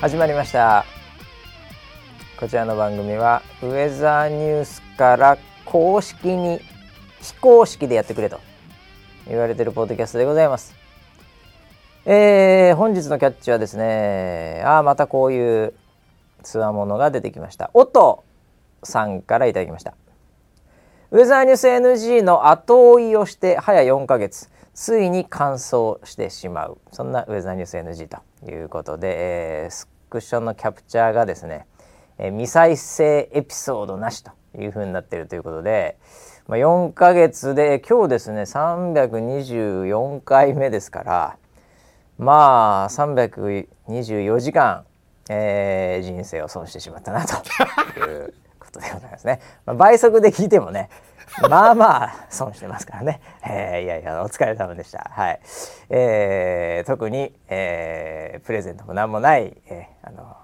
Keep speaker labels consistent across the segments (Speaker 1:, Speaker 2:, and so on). Speaker 1: 始まりましたこちらの番組はウェザーニュースから公式に非公式でやってくれと言われてるポッドキャストでございますえー、本日のキャッチはですねああまたこういうつわものが出てきました音さんからいただきましたウェザーニュース NG の後追いをして早4ヶ月ついに完走してしまうそんなウェザーニュース NG ということで、えースクショのキャプチャーがですね、えー未再生エピソードなしというふうになっているということで、まあ、4ヶ月で今日ですね324回目ですからまあ324時間、えー人生を損してしまったなということでございますね。まあ、倍速で聞いてもねまあまあ損してますからね、えーいやいやお疲れ様でした、はいえー特に、えープレゼントも何もない、えーあの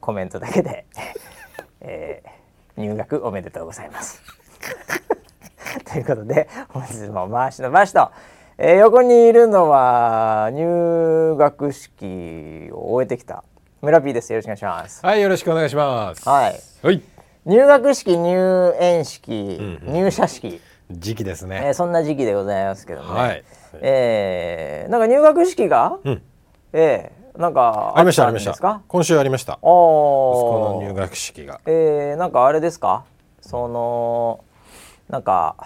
Speaker 1: コメントだけで、 えー入学おめでとうございます。 ということで本日も回しの回しと、えー横にいるのは入学式を終えてきた村 P ですよろしくお願いします。
Speaker 2: はい、よろしくお願いします。
Speaker 1: はい。
Speaker 2: はい。
Speaker 1: 入学式入園式、入社式、
Speaker 2: 時期です
Speaker 1: えー
Speaker 2: ね。
Speaker 1: そんな時期でございますけどもね、
Speaker 2: はい
Speaker 1: えーなんか入学式が、えーなんか
Speaker 2: ありました、あ
Speaker 1: った
Speaker 2: りまし
Speaker 1: んですか
Speaker 2: た。今週ありました。息子
Speaker 1: お
Speaker 2: の入学式が。
Speaker 1: えー、なんかあれですかそのなんか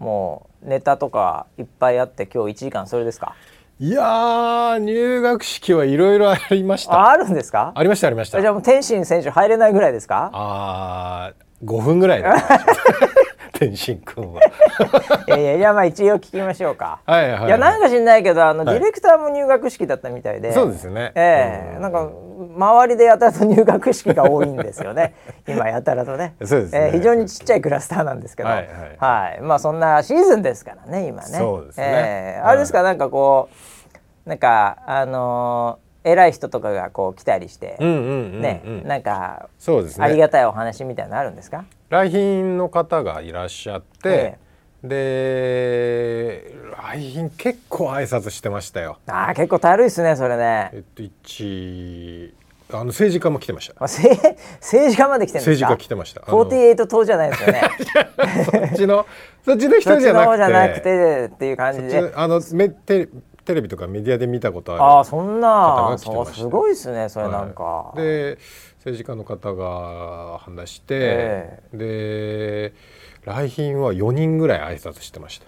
Speaker 1: もうネタとかいっぱいあって今日1時間それですか
Speaker 2: いやー、入学式はいろいろありました。
Speaker 1: ああるんですか
Speaker 2: ありました、ありました
Speaker 1: じ。ゃあもう天心選手入れないぐらいですか
Speaker 2: あー、五分ぐらい だったでしょ。天心くんは。
Speaker 1: いやいやいやまあ一応聞きましょう か
Speaker 2: はい、はい。
Speaker 1: いやなんか知んないけどあの、
Speaker 2: はい
Speaker 1: ディレクターも入学式だったみたいで
Speaker 2: そうですね
Speaker 1: ええなんか周りでやたらと入学式が多いんですよね 今やたらとね
Speaker 2: そうですね
Speaker 1: ええ非常にちっちゃいクラスターなんですけど
Speaker 2: はいはい
Speaker 1: はいまあそんなシーズンですからね今ね
Speaker 2: そうですね
Speaker 1: ええあれですか、なんかこうなんかあのー偉い人とかがこう来たりして、
Speaker 2: うん、うん、うん。
Speaker 1: ね、
Speaker 2: うん
Speaker 1: なんか
Speaker 2: そうです
Speaker 1: あり
Speaker 2: ね。
Speaker 1: がたいお話みたいなのあるんですか、
Speaker 2: 来賓の方がいらっしゃって。で、来賓結構挨拶してましたよ。
Speaker 1: ああ結構たるいですねそれね
Speaker 2: えっと、一。あの政治家も来てました。
Speaker 1: あせ い政治家まで来てるんですか
Speaker 2: 政治家来てましたあの
Speaker 1: 48党じゃないですよね
Speaker 2: そっちの、そっちの 人じゃな
Speaker 1: そっちの方
Speaker 2: くて。
Speaker 1: じゃなくてっていう感じ
Speaker 2: そっち
Speaker 1: で
Speaker 2: のあの、め、テレ、テレビとかメディアで見たこと
Speaker 1: あ
Speaker 2: あ
Speaker 1: あそんな
Speaker 2: 方が来てました
Speaker 1: そうすごいですねそれ
Speaker 2: る。
Speaker 1: なんか、
Speaker 2: はいで、政治家の方が話して。
Speaker 1: え
Speaker 2: で、来賓は四人ぐらい挨拶してました。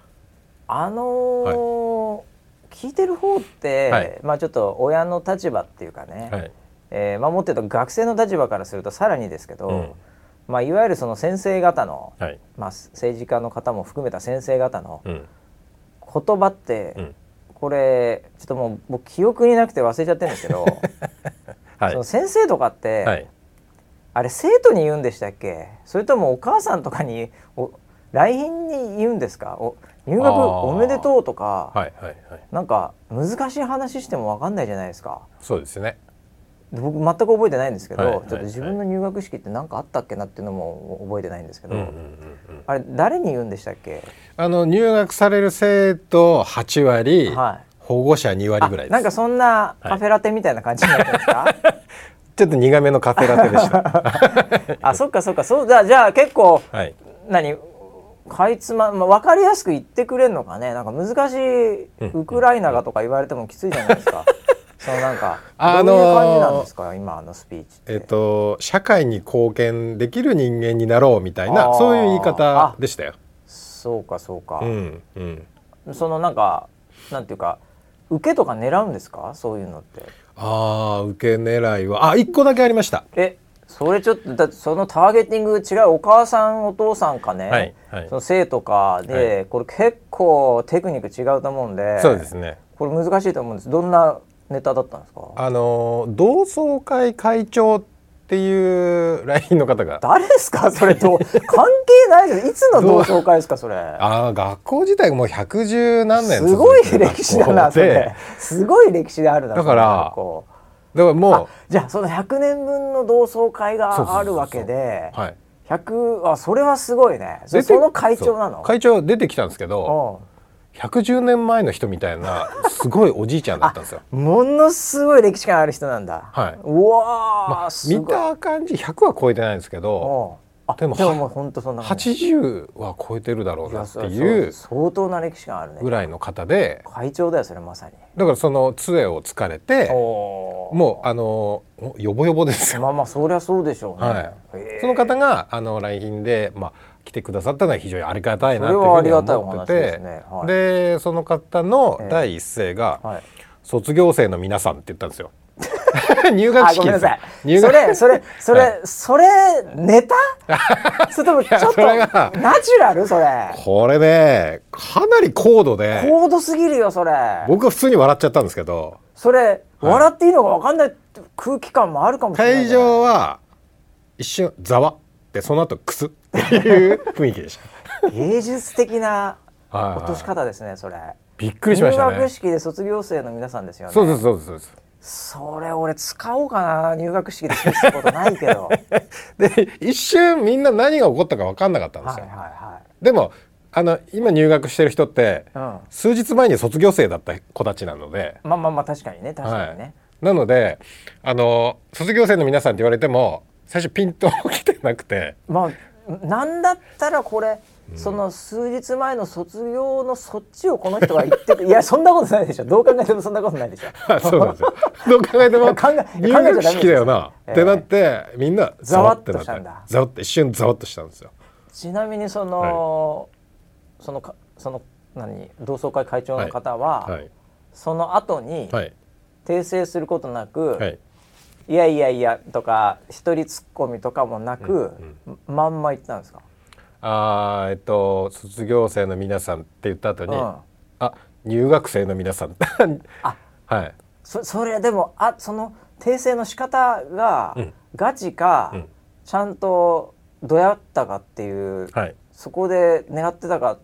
Speaker 1: あのー聞いてる方って、
Speaker 2: はい
Speaker 1: まあちょっと親の立場っていうかね、
Speaker 2: はい。
Speaker 1: えーまあ、もっと言うと学生の立場からするとさらにですけど、
Speaker 2: うん
Speaker 1: まあ、いわゆるその先生方の、
Speaker 2: はい。
Speaker 1: まあ、政治家の方も含めた先生方の
Speaker 2: うん。
Speaker 1: 言葉って、
Speaker 2: うん。
Speaker 1: これちょっともう僕記憶になくて忘れちゃってるんですけど、
Speaker 2: はい
Speaker 1: その。先生とかって、
Speaker 2: はい。
Speaker 1: あれ生徒に言うんでしたっけそれともお母さんとかにお来賓に言うんですかお入学
Speaker 2: あー
Speaker 1: おめでとうとか、
Speaker 2: はい。はい。はい。
Speaker 1: なんか難しい話しても分かんないじゃないですか
Speaker 2: そうですね。
Speaker 1: で僕全く覚えてないんですけど、
Speaker 2: はいはい
Speaker 1: ちょっと自分の入学式って何かあったっけなっていうのも覚えてないんですけど、
Speaker 2: うん。うん。うん。うん。
Speaker 1: あれ誰に言うんでしたっけ
Speaker 2: あの、入学される生徒八割。
Speaker 1: はい
Speaker 2: 保護者二割ぐらいです。
Speaker 1: なんかそんなカフェラテみたいな感じになってますか、
Speaker 2: ちょっと苦めのカフェラテでした。
Speaker 1: あそっかそっかそうじゃあじゃあ結構
Speaker 2: はい。
Speaker 1: 何かいつま、まあ、分かりやすく言ってくれるのかねなんか難しいウクライナがとか言われてもきついじゃないですか、そのなんか
Speaker 2: あ
Speaker 1: ど
Speaker 2: の
Speaker 1: う
Speaker 2: ー
Speaker 1: いう感じなんですか今あのスピーチって、
Speaker 2: えっと、社会に貢献できる人間になろうみたい
Speaker 1: あ
Speaker 2: な
Speaker 1: ー
Speaker 2: そういう言い方でしたよ。
Speaker 1: そうかそうか
Speaker 2: う、んうん、
Speaker 1: そのなんかなんていうか受けとか狙うんですかそういうのって
Speaker 2: ああ受け狙いはあ一個だけありました。
Speaker 1: えそれちょっとだってそのターゲティング違うお母さんお父さんかね、
Speaker 2: はいはい
Speaker 1: その生徒かで、
Speaker 2: は
Speaker 1: これ結構テクニック違うと思うんで
Speaker 2: そうですね
Speaker 1: これ難しいと思うんですどんなネタだったんですか
Speaker 2: あのー同窓会会長っていうラインの方が
Speaker 1: 誰です かそれと関係ないですいつの同窓会ですかそれ
Speaker 2: あー学校自体がもう110何年
Speaker 1: すごい
Speaker 2: 続てる学校
Speaker 1: 歴史だなそれ
Speaker 2: です
Speaker 1: ごい歴史であるな
Speaker 2: だから
Speaker 1: こ
Speaker 2: だか
Speaker 1: う
Speaker 2: ら
Speaker 1: あ
Speaker 2: も
Speaker 1: じゃあその100年分の同窓会
Speaker 2: そうそうそうそ
Speaker 1: が
Speaker 2: う
Speaker 1: あるわけで
Speaker 2: う、はい、
Speaker 1: 100あそれはすごいねそ
Speaker 2: 出
Speaker 1: れ
Speaker 2: て
Speaker 1: その会長な
Speaker 2: そう
Speaker 1: の
Speaker 2: 会長出てきたんですけど
Speaker 1: う
Speaker 2: 110年前の人みたいなすごいおじいちゃんだったんですよ。
Speaker 1: ものすごい歴史感ある人なんだ。
Speaker 2: はいう
Speaker 1: わー、
Speaker 2: まあ、
Speaker 1: す
Speaker 2: 見
Speaker 1: ごい。
Speaker 2: た感じ100は超えてないんですけど
Speaker 1: おうあで
Speaker 2: で
Speaker 1: も
Speaker 2: も
Speaker 1: もう本当そんな感じ。
Speaker 2: 80は超えてるだろう
Speaker 1: い
Speaker 2: な
Speaker 1: や
Speaker 2: って
Speaker 1: そう
Speaker 2: いう
Speaker 1: そう相当な歴史感あるね。
Speaker 2: ぐらいの方で
Speaker 1: 会長だよそれまさに。
Speaker 2: だからその杖をつかれて
Speaker 1: おう
Speaker 2: もうあのおヨボヨボですよ。
Speaker 1: まあまあそりゃそうでしょうね。
Speaker 2: はい
Speaker 1: へー
Speaker 2: その方があの来賓で、まあ、来てくださったのは非常にありがたいな
Speaker 1: そ
Speaker 2: って
Speaker 1: れ
Speaker 2: いう
Speaker 1: はありが
Speaker 2: ふうに
Speaker 1: たいお
Speaker 2: 思っ
Speaker 1: 話
Speaker 2: て
Speaker 1: です
Speaker 2: て、
Speaker 1: ね。はい、
Speaker 2: でその方の
Speaker 1: ええ
Speaker 2: 第一声が、
Speaker 1: はい、
Speaker 2: 卒業生の皆さんって言ったんですよ。 入学
Speaker 1: あ
Speaker 2: 式
Speaker 1: ごめん
Speaker 2: で
Speaker 1: な
Speaker 2: す
Speaker 1: さい。
Speaker 2: よ入
Speaker 1: そ
Speaker 2: 学
Speaker 1: れそれそれ、
Speaker 2: は
Speaker 1: それネ タ？それともちょっと
Speaker 2: それが
Speaker 1: ナチュラルそれ。
Speaker 2: これねかなり高度で
Speaker 1: 高度すぎるよそれ。
Speaker 2: 僕は普通に笑っちゃったんですけど
Speaker 1: それ笑っていいのかわかんない空気感もあるかもしれない
Speaker 2: 会
Speaker 1: じゃない。
Speaker 2: 場は一瞬ざわでその後くすっていう雰囲気でし
Speaker 1: 芸術的な
Speaker 2: た。はいはい
Speaker 1: 落とし方ですねそれ。
Speaker 2: びっくりしました
Speaker 1: 入学
Speaker 2: ね。
Speaker 1: 式で卒業生の皆さんですよね。
Speaker 2: そうですそうですそうです。
Speaker 1: それ俺使おうかな入学式でしたことない けど。はい
Speaker 2: で一瞬みんな何が起こったか分かんなかったんです
Speaker 1: はい
Speaker 2: よ、
Speaker 1: は
Speaker 2: でもあの今入学してる人って
Speaker 1: い。うん。
Speaker 2: 数日前に卒業生だった子たちなので、
Speaker 1: まあまあまあ確かにね確かにね。
Speaker 2: なのであの卒業生の皆さんって言われても最初ピンと来てなくて
Speaker 1: まあなんだったらこれ、その数日前の卒業のそっちをこの人が言って くいやそんなことないでしょどう考えてもそんなことないでしょ
Speaker 2: あそうなんですよどう考えて
Speaker 1: いや
Speaker 2: も
Speaker 1: 考え考えちゃ
Speaker 2: 入
Speaker 1: ダメで
Speaker 2: 学
Speaker 1: すよ
Speaker 2: 式だよな、
Speaker 1: ええ
Speaker 2: ってなってみんなざわってなっ
Speaker 1: ざわっとした
Speaker 2: て
Speaker 1: んだ
Speaker 2: ざわって一瞬ざわっとしたんですよ。
Speaker 1: ちなみにその、そのかその何同窓会会長の方は、
Speaker 2: はい
Speaker 1: その後に
Speaker 2: はい
Speaker 1: 訂正することなく、、
Speaker 2: はいい
Speaker 1: やいやいやとか一人ツッコミとかもなく、まんま言ったんですか、
Speaker 2: あーえっと卒業生の皆さんって言った後
Speaker 1: う
Speaker 2: に、
Speaker 1: ん、
Speaker 2: あ入学生の皆さん
Speaker 1: あ
Speaker 2: はい
Speaker 1: そそれでもあその訂正の仕方が、
Speaker 2: うん
Speaker 1: ガチか、
Speaker 2: うん
Speaker 1: ちゃんとどうやったかっていう
Speaker 2: はい
Speaker 1: そこで狙ってたか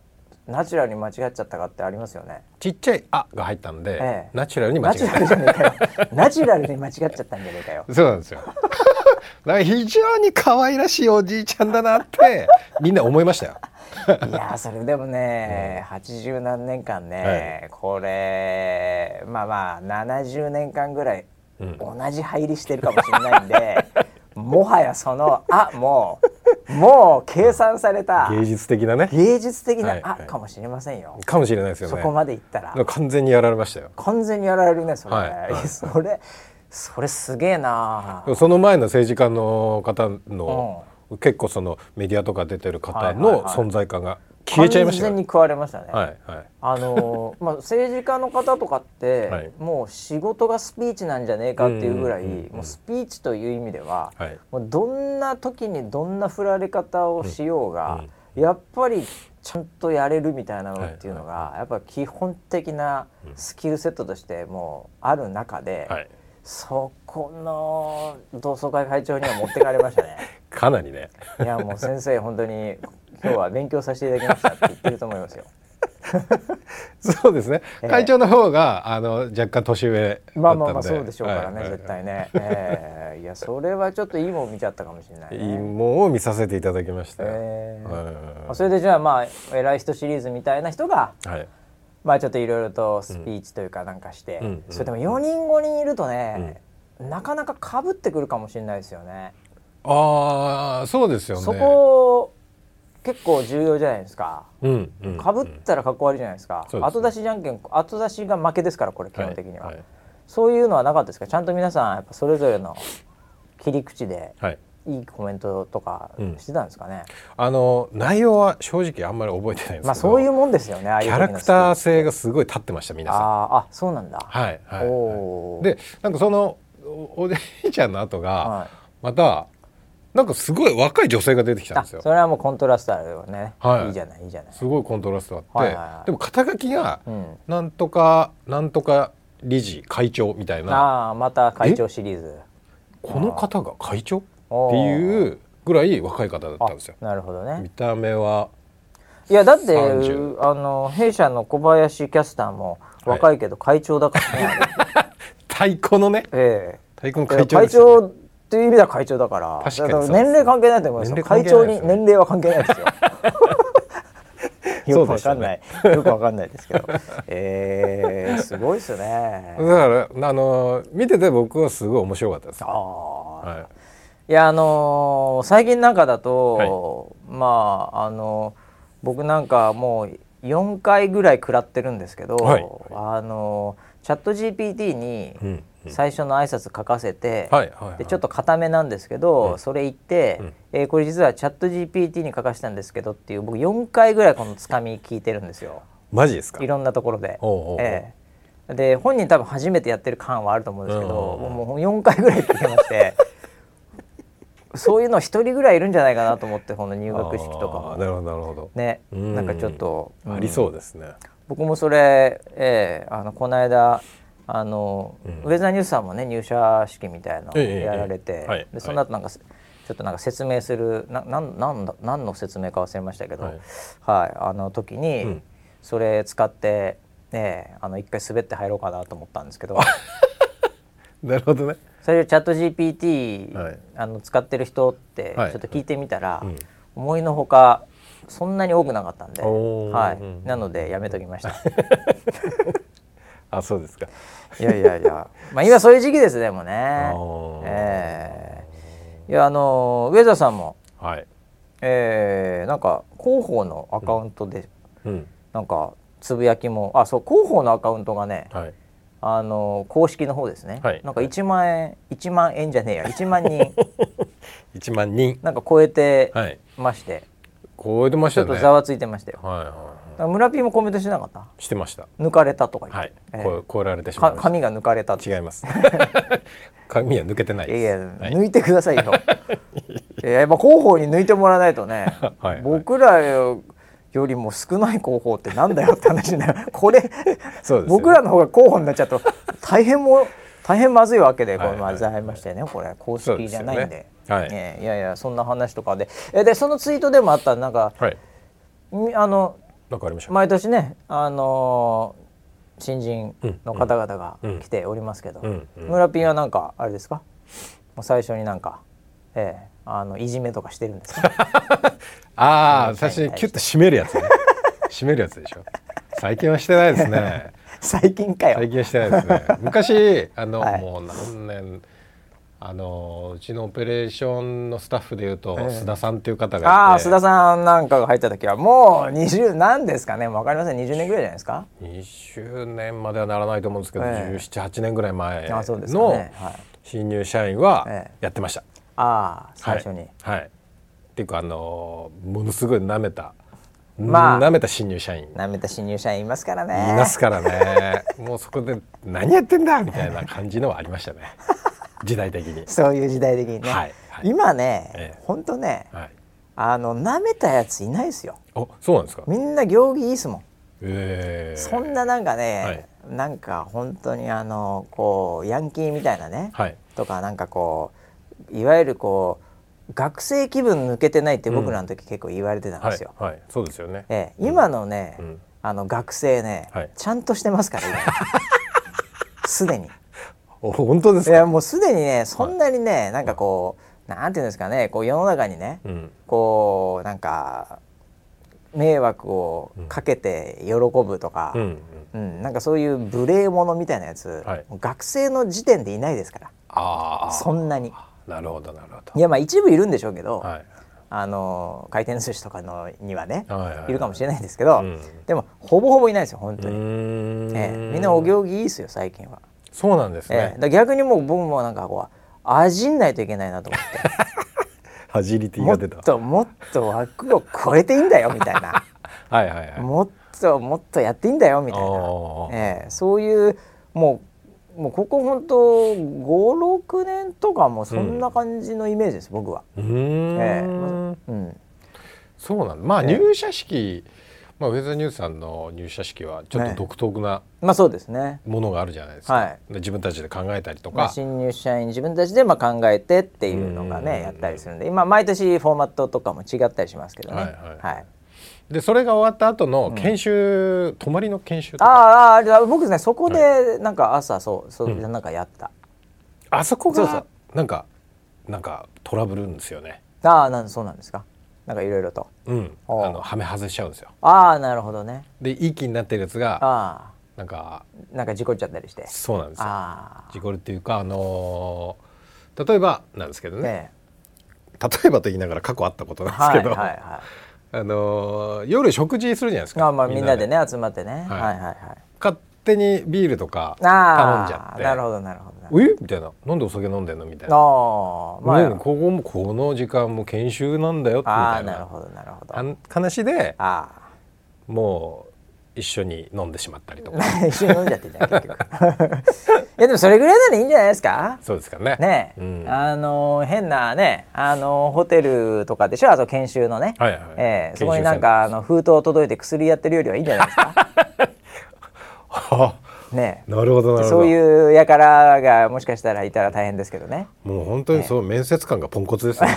Speaker 1: ナチュラルに間違っちゃったかってありますよね。
Speaker 2: ちっちゃい「あ」が入ったんで、
Speaker 1: ええ
Speaker 2: ナチュラルに間
Speaker 1: ナ
Speaker 2: 違え
Speaker 1: チュ
Speaker 2: た
Speaker 1: ラルじゃねえかよ。 ナチュラルに間違っちゃったんじゃねえかよ。
Speaker 2: そうなんですよ だから非常に可愛らしいおじいちゃんだなってみんな思いましたよ
Speaker 1: いやーそれでもね、80何年間ね、これまあまあ70年間ぐらい
Speaker 2: うん
Speaker 1: 同じ入りしてるかもしれないんで、もはやその「あもうもう計算された
Speaker 2: 芸術的なね
Speaker 1: 芸術的な
Speaker 2: はい
Speaker 1: 「あ
Speaker 2: は」い
Speaker 1: かもしれませんよ、
Speaker 2: かもしれないですよ
Speaker 1: そ
Speaker 2: ね
Speaker 1: こまでいったら
Speaker 2: だから完全にやられましたよ
Speaker 1: 完全にやられるねそれ、
Speaker 2: はいは
Speaker 1: い
Speaker 2: い
Speaker 1: やそれそれすげえな
Speaker 2: でもその前の政治家の方
Speaker 1: うん
Speaker 2: の、結構そのメディアとか出てる方
Speaker 1: はいはい
Speaker 2: の
Speaker 1: はい
Speaker 2: 存在感が消えちゃいました
Speaker 1: 完全
Speaker 2: よ
Speaker 1: に
Speaker 2: ね
Speaker 1: 食われましたね、
Speaker 2: はいはい
Speaker 1: あの ーまあ、政治家の方とかって、
Speaker 2: はい
Speaker 1: もう仕事がスピーチなんじゃねえかっていうぐらい、
Speaker 2: うんうんうんうん
Speaker 1: もうスピーチという意味では、
Speaker 2: はい
Speaker 1: もうどんな時にどんな振られ方をしようが、やっぱりちゃんとやれるみたいなのっていうのが、やっぱ基本的なスキルセットとしてもうある中で、
Speaker 2: はい
Speaker 1: そこの同窓会会長には持ってかれましたね。
Speaker 2: かなりね
Speaker 1: いやもう先生本当に今日は勉強させていただきましたって言ってると思いますよ。
Speaker 2: そうですね、
Speaker 1: ええ
Speaker 2: 会長の方があの若干年上だったんで
Speaker 1: まあまあまあそうでしょうからね、
Speaker 2: はいはい
Speaker 1: 絶対ね、えーいやそれはちょっといいもん見ちゃったかもしれない、
Speaker 2: いい
Speaker 1: ね
Speaker 2: もんを見させていただきましたよ、
Speaker 1: えー
Speaker 2: はい
Speaker 1: まあそれでじゃあまあ偉い人シリーズみたいな人が
Speaker 2: はい
Speaker 1: まあちょっといろいろとスピーチというかなんかして、
Speaker 2: うん
Speaker 1: それでも4人5人いるとね、なかなかかぶってくるかもしれないですよね
Speaker 2: ああそうですよね
Speaker 1: そこ結構重要じゃないですか
Speaker 2: うんうん
Speaker 1: かぶったらかっこ悪いじゃないですか、
Speaker 2: そうですね
Speaker 1: 後出しじゃんけん後出しが負けですからこれ基本的には、
Speaker 2: はい
Speaker 1: そういうのはなかったですかちゃんと皆さんやっぱそれぞれの切り口で
Speaker 2: はいはい
Speaker 1: いいコメントとか
Speaker 2: うん
Speaker 1: してたんですかね、
Speaker 2: あの内容は正直あんまり覚えてないんですけど、
Speaker 1: まあそういうもんですよねああいう
Speaker 2: キ
Speaker 1: 時
Speaker 2: ャ
Speaker 1: の
Speaker 2: ラクター
Speaker 1: スピ
Speaker 2: 性がすごい立ってました
Speaker 1: ー
Speaker 2: 皆
Speaker 1: あ
Speaker 2: さん
Speaker 1: ああそうなんだ、
Speaker 2: はいはい、は
Speaker 1: おお
Speaker 2: い、でなんかそのおおじいちゃんの後が、
Speaker 1: はい
Speaker 2: またなんかすごい若い女性が出てきたん
Speaker 1: あ
Speaker 2: ですよ
Speaker 1: それはもうコントラストあるよね、
Speaker 2: はい
Speaker 1: いじゃないいいじゃない
Speaker 2: すごいコントラストあって、
Speaker 1: はいはいはい
Speaker 2: でも肩書きが、
Speaker 1: うん
Speaker 2: なんとかなんとか理事会長みたいな
Speaker 1: ああまた会長シリーズ
Speaker 2: この方が会長って
Speaker 1: おー
Speaker 2: いうぐらい若い方だったんですよ
Speaker 1: あなるほどね
Speaker 2: 見た目はい
Speaker 1: やだって
Speaker 2: 30
Speaker 1: あの弊社の小林キャスターも若いけど会長だからね、
Speaker 2: 太鼓のね
Speaker 1: え
Speaker 2: 太鼓の
Speaker 1: え会長
Speaker 2: 会長
Speaker 1: 会
Speaker 2: です
Speaker 1: 長
Speaker 2: よね
Speaker 1: っていう意味では会長だから
Speaker 2: 確かにそうです
Speaker 1: だら年齢関係ないと思いますよ
Speaker 2: 年齢
Speaker 1: 会
Speaker 2: 関係
Speaker 1: 長
Speaker 2: な いです
Speaker 1: に年齢は
Speaker 2: よね
Speaker 1: 関係ないですよよくわかんない、よくわかんないですけど、えー、すごいですね。
Speaker 2: だからあの見てて僕はすごい面白かったです。
Speaker 1: ああ、
Speaker 2: はい
Speaker 1: やあのー最近なんかだと、まああの僕なんかもう4回ぐらい食らってるんですけど、
Speaker 2: はい
Speaker 1: あのチャット GPT に
Speaker 2: い。うん。うん
Speaker 1: 最初の挨拶書かせて、
Speaker 2: はいはいはい
Speaker 1: でちょっと固めなんですけど、
Speaker 2: うん
Speaker 1: それ言って、
Speaker 2: うん
Speaker 1: えーこれ実はチャット GPT に書かせたんですけどっていう僕4回ぐらいこのつかみ聞いてるんですよ
Speaker 2: マジですか
Speaker 1: い。ろんなところで。
Speaker 2: おうおうおう
Speaker 1: ええで本人多分初めてやってる感はあると思うんですけど、
Speaker 2: うんうんうん
Speaker 1: もう4回ぐらい聞きまして そういうの一人ぐらいいるんじゃないかなと思ってこの入学式とかも
Speaker 2: あーなるほどなるほど。
Speaker 1: ね
Speaker 2: うん
Speaker 1: なんかちょっと、
Speaker 2: あり
Speaker 1: う
Speaker 2: そ
Speaker 1: ん
Speaker 2: うですね。
Speaker 1: 僕もそれ、ええあのこの間あの、
Speaker 2: うん
Speaker 1: ウェザーニュースさんもね入社式みたいなの
Speaker 2: ええええ
Speaker 1: やられて、
Speaker 2: ええはい
Speaker 1: でその後なんか、ちょっとなんか説明するななんなんだ何の説明か忘れましたけど、は
Speaker 2: はいい
Speaker 1: あの時に、
Speaker 2: うん
Speaker 1: それ使って、ね、あの一回滑って入ろうかなと思ったんですけど
Speaker 2: なるほどね。
Speaker 1: 最初チャット GPT、
Speaker 2: はい
Speaker 1: あの使ってる人ってちょ
Speaker 2: は
Speaker 1: っ
Speaker 2: い
Speaker 1: と聞いてみたら、
Speaker 2: うん
Speaker 1: 思いのほかそんなに多くなかったんで、
Speaker 2: おー
Speaker 1: はい、なのでやめときました。
Speaker 2: あそうですか。
Speaker 1: いやいやいや、まあ今そういう時期ですでもね。
Speaker 2: ー
Speaker 1: ええいやあのウェザーさんも、
Speaker 2: はい。
Speaker 1: ええなんか広報のアカウントで、
Speaker 2: うん。
Speaker 1: なんかつぶやきも、あそう広報のアカウントがね、
Speaker 2: はい。
Speaker 1: あの公式の方ですね。
Speaker 2: はい
Speaker 1: なんか一万円一万円じゃねえや一万 人
Speaker 2: 一万人。
Speaker 1: なんか超えて
Speaker 2: はい。
Speaker 1: まして、
Speaker 2: 超えてまし
Speaker 1: ち
Speaker 2: た
Speaker 1: ょっ
Speaker 2: よ
Speaker 1: と
Speaker 2: ね。
Speaker 1: ざわついてましたよ。
Speaker 2: はいはいは
Speaker 1: だから村ピーもコメントしてなかった。
Speaker 2: い。してました。
Speaker 1: 抜かれたとか言
Speaker 2: は
Speaker 1: っ
Speaker 2: い
Speaker 1: て。。
Speaker 2: 超え超えられてし
Speaker 1: え
Speaker 2: まい
Speaker 1: か
Speaker 2: ました。
Speaker 1: 髪が抜かれたって。
Speaker 2: 違 います。髪は抜けてない
Speaker 1: いや
Speaker 2: で
Speaker 1: い
Speaker 2: す。
Speaker 1: や、
Speaker 2: はい、
Speaker 1: 抜いてくださいよ。いややっぱ広報に抜いてもらわないとね
Speaker 2: はい
Speaker 1: 僕らよりも少ない広報ってなんだよって話になる。 これ、
Speaker 2: そうですよね
Speaker 1: 僕らの方が広報になっちゃうと大変 も大変まずいわけで、これ
Speaker 2: はいはい
Speaker 1: まずありましたよね。これ公
Speaker 2: そう
Speaker 1: 式
Speaker 2: です
Speaker 1: じゃ
Speaker 2: よ
Speaker 1: ないんで。
Speaker 2: ねはい
Speaker 1: ええいやいやそんな話とかで、えでそのツイートでもあったなんか、
Speaker 2: はい。
Speaker 1: みあの
Speaker 2: なんかありました。
Speaker 1: 毎年ねあのー新人の方々が来ておりますけど、
Speaker 2: うんうん
Speaker 1: 村ピンはなんかあれですかもう最初になんか、ええ、あのいじめとかしてるん ですか
Speaker 2: ああ、最初にキュッと締めるやつね。締めるやつでしょ。最近はしてないですね。
Speaker 1: 最近かよ
Speaker 2: 最近はしてないです ね。昔、あの、
Speaker 1: はい
Speaker 2: もう何年。あのうちのオペレーションのスタッフでいうと、
Speaker 1: ええ
Speaker 2: 須田さんっていう方がいて
Speaker 1: ああ須田さんなんかが入った時はもう20何ですかねもう分かりません20年ぐらいじゃないですか、
Speaker 2: 20年まではならないと思うんですけど、
Speaker 1: ええ
Speaker 2: 178年ぐらい前
Speaker 1: あそうですかね
Speaker 2: の
Speaker 1: はい
Speaker 2: 新入社員は
Speaker 1: ええ
Speaker 2: やってました、
Speaker 1: ああ最初に、
Speaker 2: はい、はいっていうかあのーものすごい舐めた、
Speaker 1: まあ
Speaker 2: 舐めた新入社員い
Speaker 1: 舐めた新入社員いますからね
Speaker 2: ますか らねもうそこで何やってんだみたいな感じのはありまし たね時代的に
Speaker 1: そういう時代的にね、
Speaker 2: はいはい
Speaker 1: 今ね、
Speaker 2: ええ
Speaker 1: ほんとね
Speaker 2: はい
Speaker 1: あの舐めたやついないですよ
Speaker 2: あそうなんですか
Speaker 1: みんな行儀いいっすもん
Speaker 2: ええ
Speaker 1: そんななんかね、なんか本当にあのこうヤンキーみたいなね、
Speaker 2: はい
Speaker 1: とかなんかこういわゆるこう学生気分抜けてないって僕らの時結構言われてたん
Speaker 2: は
Speaker 1: です
Speaker 2: い
Speaker 1: よ。、
Speaker 2: はい、そうですよね
Speaker 1: ええ、今のね、
Speaker 2: うん
Speaker 1: あの学生ね、
Speaker 2: はい
Speaker 1: ちゃんとしてますから 今すでに。
Speaker 2: お本当で
Speaker 1: い
Speaker 2: すか
Speaker 1: やもうすでにねそんなにね、なんかこうなんていうんですかねこう世の中にね、
Speaker 2: うん
Speaker 1: こうなんか迷惑をかけて喜ぶとか。
Speaker 2: うんうん
Speaker 1: うん、なんかそういう無礼者みたいなやつ、
Speaker 2: はい
Speaker 1: もう学生の時点でいないですか
Speaker 2: あ
Speaker 1: ら
Speaker 2: あ
Speaker 1: そんなに
Speaker 2: なるほどなるほど
Speaker 1: いやまあ一部いるんでしょうけど、
Speaker 2: はい
Speaker 1: あの回転寿司とかのにはね、
Speaker 2: はいはいはい
Speaker 1: るかもしれないですけど、
Speaker 2: うん
Speaker 1: でもほぼほぼいないですよ本当
Speaker 2: う
Speaker 1: に、
Speaker 2: ーん
Speaker 1: ええみんなお行儀いいですよ最近は、
Speaker 2: そうなんです
Speaker 1: ええだ
Speaker 2: ね
Speaker 1: か。ら逆にもう僕もなんかこう味んないといけないなと思 って
Speaker 2: ファジリティ
Speaker 1: も
Speaker 2: が
Speaker 1: っ
Speaker 2: 出た。
Speaker 1: ともっと枠を超えていいんだよみたいな
Speaker 2: はいはいはい。
Speaker 1: もっともっとやっていいんだよみたいな
Speaker 2: おー
Speaker 1: ええ、そういうもうもうここ本当56年とかもそんな感じのイメージです、僕は。
Speaker 2: うーん、
Speaker 1: ええまうん、
Speaker 2: そうなんだ。まあ
Speaker 1: ええ
Speaker 2: 入社式、まあウェザーニュースさんの入社式はちょ
Speaker 1: え
Speaker 2: っ
Speaker 1: え
Speaker 2: と独特な
Speaker 1: まあそうですね。
Speaker 2: ものがあるじゃないですか。
Speaker 1: はい
Speaker 2: で自分たちで考えたりと
Speaker 1: まあ、
Speaker 2: か。
Speaker 1: 新入社員自分たちでまあ考えてっていうのが
Speaker 2: うんうんう
Speaker 1: ね
Speaker 2: ん
Speaker 1: やったりするんで今毎年フォーマットとかも違ったりしますけどね。
Speaker 2: はいはいでそれが終わった後の研修、泊まりの研修と
Speaker 1: あ
Speaker 2: か。
Speaker 1: あああ僕ねそこでなんか朝そうそうなんかやった。
Speaker 2: あそこ
Speaker 1: そうそ
Speaker 2: がなんかなんかトラブルんですよね。
Speaker 1: ああなんそうなんですか。なんかいろいろと
Speaker 2: うん、あ
Speaker 1: おう
Speaker 2: のはめ外しちゃうんですよ
Speaker 1: ああなるほどね
Speaker 2: で息になってるやつが
Speaker 1: あ
Speaker 2: なんか
Speaker 1: あなんか事故っちゃったりして
Speaker 2: そうなんですよ
Speaker 1: あ
Speaker 2: 事故るっていうかあのー例えばなんですけど
Speaker 1: あ
Speaker 2: ね、
Speaker 1: ね
Speaker 2: 例えばと言いながら過去あったことなんです
Speaker 1: はい
Speaker 2: け
Speaker 1: はい
Speaker 2: ど、
Speaker 1: は
Speaker 2: あのー夜食事するじゃないです
Speaker 1: い
Speaker 2: か
Speaker 1: あまあみんなでね集まってねはい
Speaker 2: はい
Speaker 1: はいはい
Speaker 2: 勝手にビールとか頼んじゃ
Speaker 1: あ
Speaker 2: っ
Speaker 1: あ
Speaker 2: て
Speaker 1: なるほどなるほどなるほ
Speaker 2: おえみたいななんでお酒飲んでんのみたいな、
Speaker 1: どああま
Speaker 2: うんここもこの時間も研修なんだよみ
Speaker 1: ああ
Speaker 2: た
Speaker 1: あ
Speaker 2: い
Speaker 1: なる
Speaker 2: な
Speaker 1: ほどなるほど
Speaker 2: あ
Speaker 1: あ
Speaker 2: ん話で
Speaker 1: あ
Speaker 2: もう一緒に飲んでしまったり とか
Speaker 1: 一緒に飲んじゃってんじゃん結局いやでもそれぐらいならいいんじゃないですか
Speaker 2: そうですかね
Speaker 1: ねえ、
Speaker 2: うん
Speaker 1: あの変なねあのホテルとかでしょあと研修のね、
Speaker 2: はいはいはい
Speaker 1: ええ
Speaker 2: 研修
Speaker 1: そこになんかあの封筒届いて薬やってるよりはいいんじゃない ですか
Speaker 2: は
Speaker 1: ね
Speaker 2: あ なるほどな
Speaker 1: え
Speaker 2: るほど
Speaker 1: そういう輩がもしかしたらいたら大変ですけどね、
Speaker 2: もう本当にそう、面接官がポンコツで すね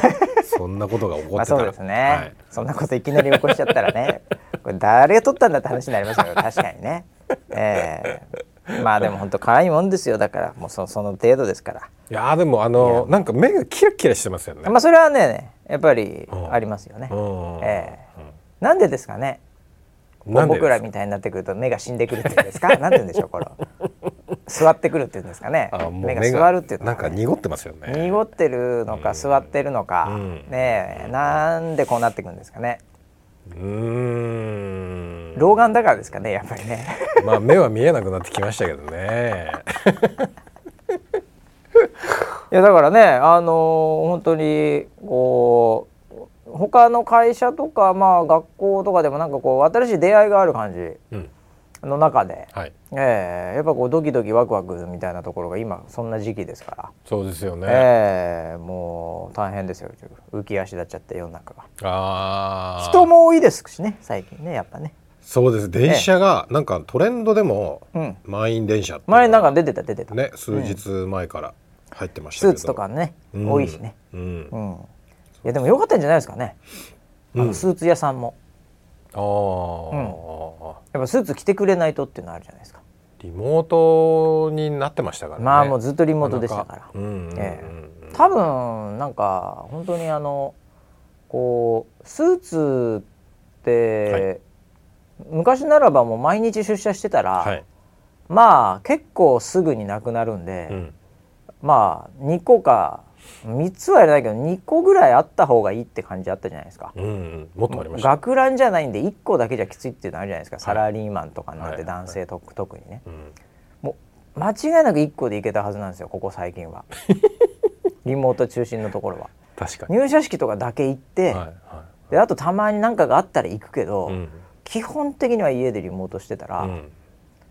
Speaker 2: そんなことが起こ
Speaker 1: ま
Speaker 2: っ
Speaker 1: あ、
Speaker 2: て
Speaker 1: そ
Speaker 2: たら
Speaker 1: うですね、
Speaker 2: はい
Speaker 1: そんなこといきなり起こしちゃったらねこれ誰が取ったんだって話になりますけど確かにね、ええまあでも本当可愛いもんですよだからもうそその程度ですから、
Speaker 2: いやーでもあのなんか目がキラキラしてますよね、
Speaker 1: まあそれはねやっぱり
Speaker 2: うん
Speaker 1: ありますよね、
Speaker 2: うん
Speaker 1: ええなんでですかね
Speaker 2: なんでです
Speaker 1: 僕らみたいになってくると目が死んでくるっていうんですかなんて言うんでしょうこれ座ってくるっていうんですかね
Speaker 2: あーもう
Speaker 1: 目が座るっていう
Speaker 2: な
Speaker 1: の
Speaker 2: んか
Speaker 1: か、ね、
Speaker 2: 濁ってますよね
Speaker 1: 濁ってるのか座ってるのか、
Speaker 2: うん
Speaker 1: ねえなんでこうなってくるんですかね
Speaker 2: うーん
Speaker 1: 老眼だからですかねやっぱりね
Speaker 2: まあ目は見えなくなってきましたけど ね
Speaker 1: いやだからねあのー本当にこう他の会社とかまあ学校とかでもなんかこう新しい出会いがある感じ
Speaker 2: うん
Speaker 1: の中で、
Speaker 2: はい
Speaker 1: ええやっぱこうドキドキワクワクみたいなところが今そんな時期ですから。
Speaker 2: そうですよね、
Speaker 1: ええもう大変ですよ浮き足立っちゃって世の中が
Speaker 2: ああ
Speaker 1: 人も多いですしね最近ねやっぱね
Speaker 2: そうです電車がなんかトレンドでも
Speaker 1: うん
Speaker 2: 満員電車っていうのが
Speaker 1: 前なんか出てた出てた、
Speaker 2: ね数日前から入ってました
Speaker 1: ス
Speaker 2: けど、
Speaker 1: ーツとかね、
Speaker 2: うん
Speaker 1: 多いしね
Speaker 2: うん
Speaker 1: うんいやでも良かったんじゃないですかね、あの
Speaker 2: うん
Speaker 1: スーツ屋さんも
Speaker 2: あー
Speaker 1: やっぱスーツ着てくれないとっていうのあるじゃないですか、
Speaker 2: リモートになってましたからね
Speaker 1: まあもう
Speaker 2: ず
Speaker 1: ずっとリモートでしたから
Speaker 2: うんうんうんうん
Speaker 1: え多分なんか本当にあのこうスーツって、昔ならばもう毎日出社してたら、
Speaker 2: はい、
Speaker 1: まあ結構すぐになくなるんで、
Speaker 2: うん
Speaker 1: まあ2個か3つはやらないけど2個ぐらいあった方がいいって感じあったじゃないですか。
Speaker 2: うんうん、もっとありました、
Speaker 1: 学ランじゃないんで1個だけじゃきついっていうのあるじゃないですか、サラリーマンとかになっ
Speaker 2: は
Speaker 1: て
Speaker 2: い
Speaker 1: 男性と、特にね
Speaker 2: うん、
Speaker 1: 間違いなく1個でいけたはずなんですよここ最 近はリモート中心のところは
Speaker 2: 確かに、
Speaker 1: 入社式とかだけ行って、
Speaker 2: はいは
Speaker 1: であとたまに何かがあったら行くけど、
Speaker 2: いうん
Speaker 1: 基本的には家でリモートしてたら、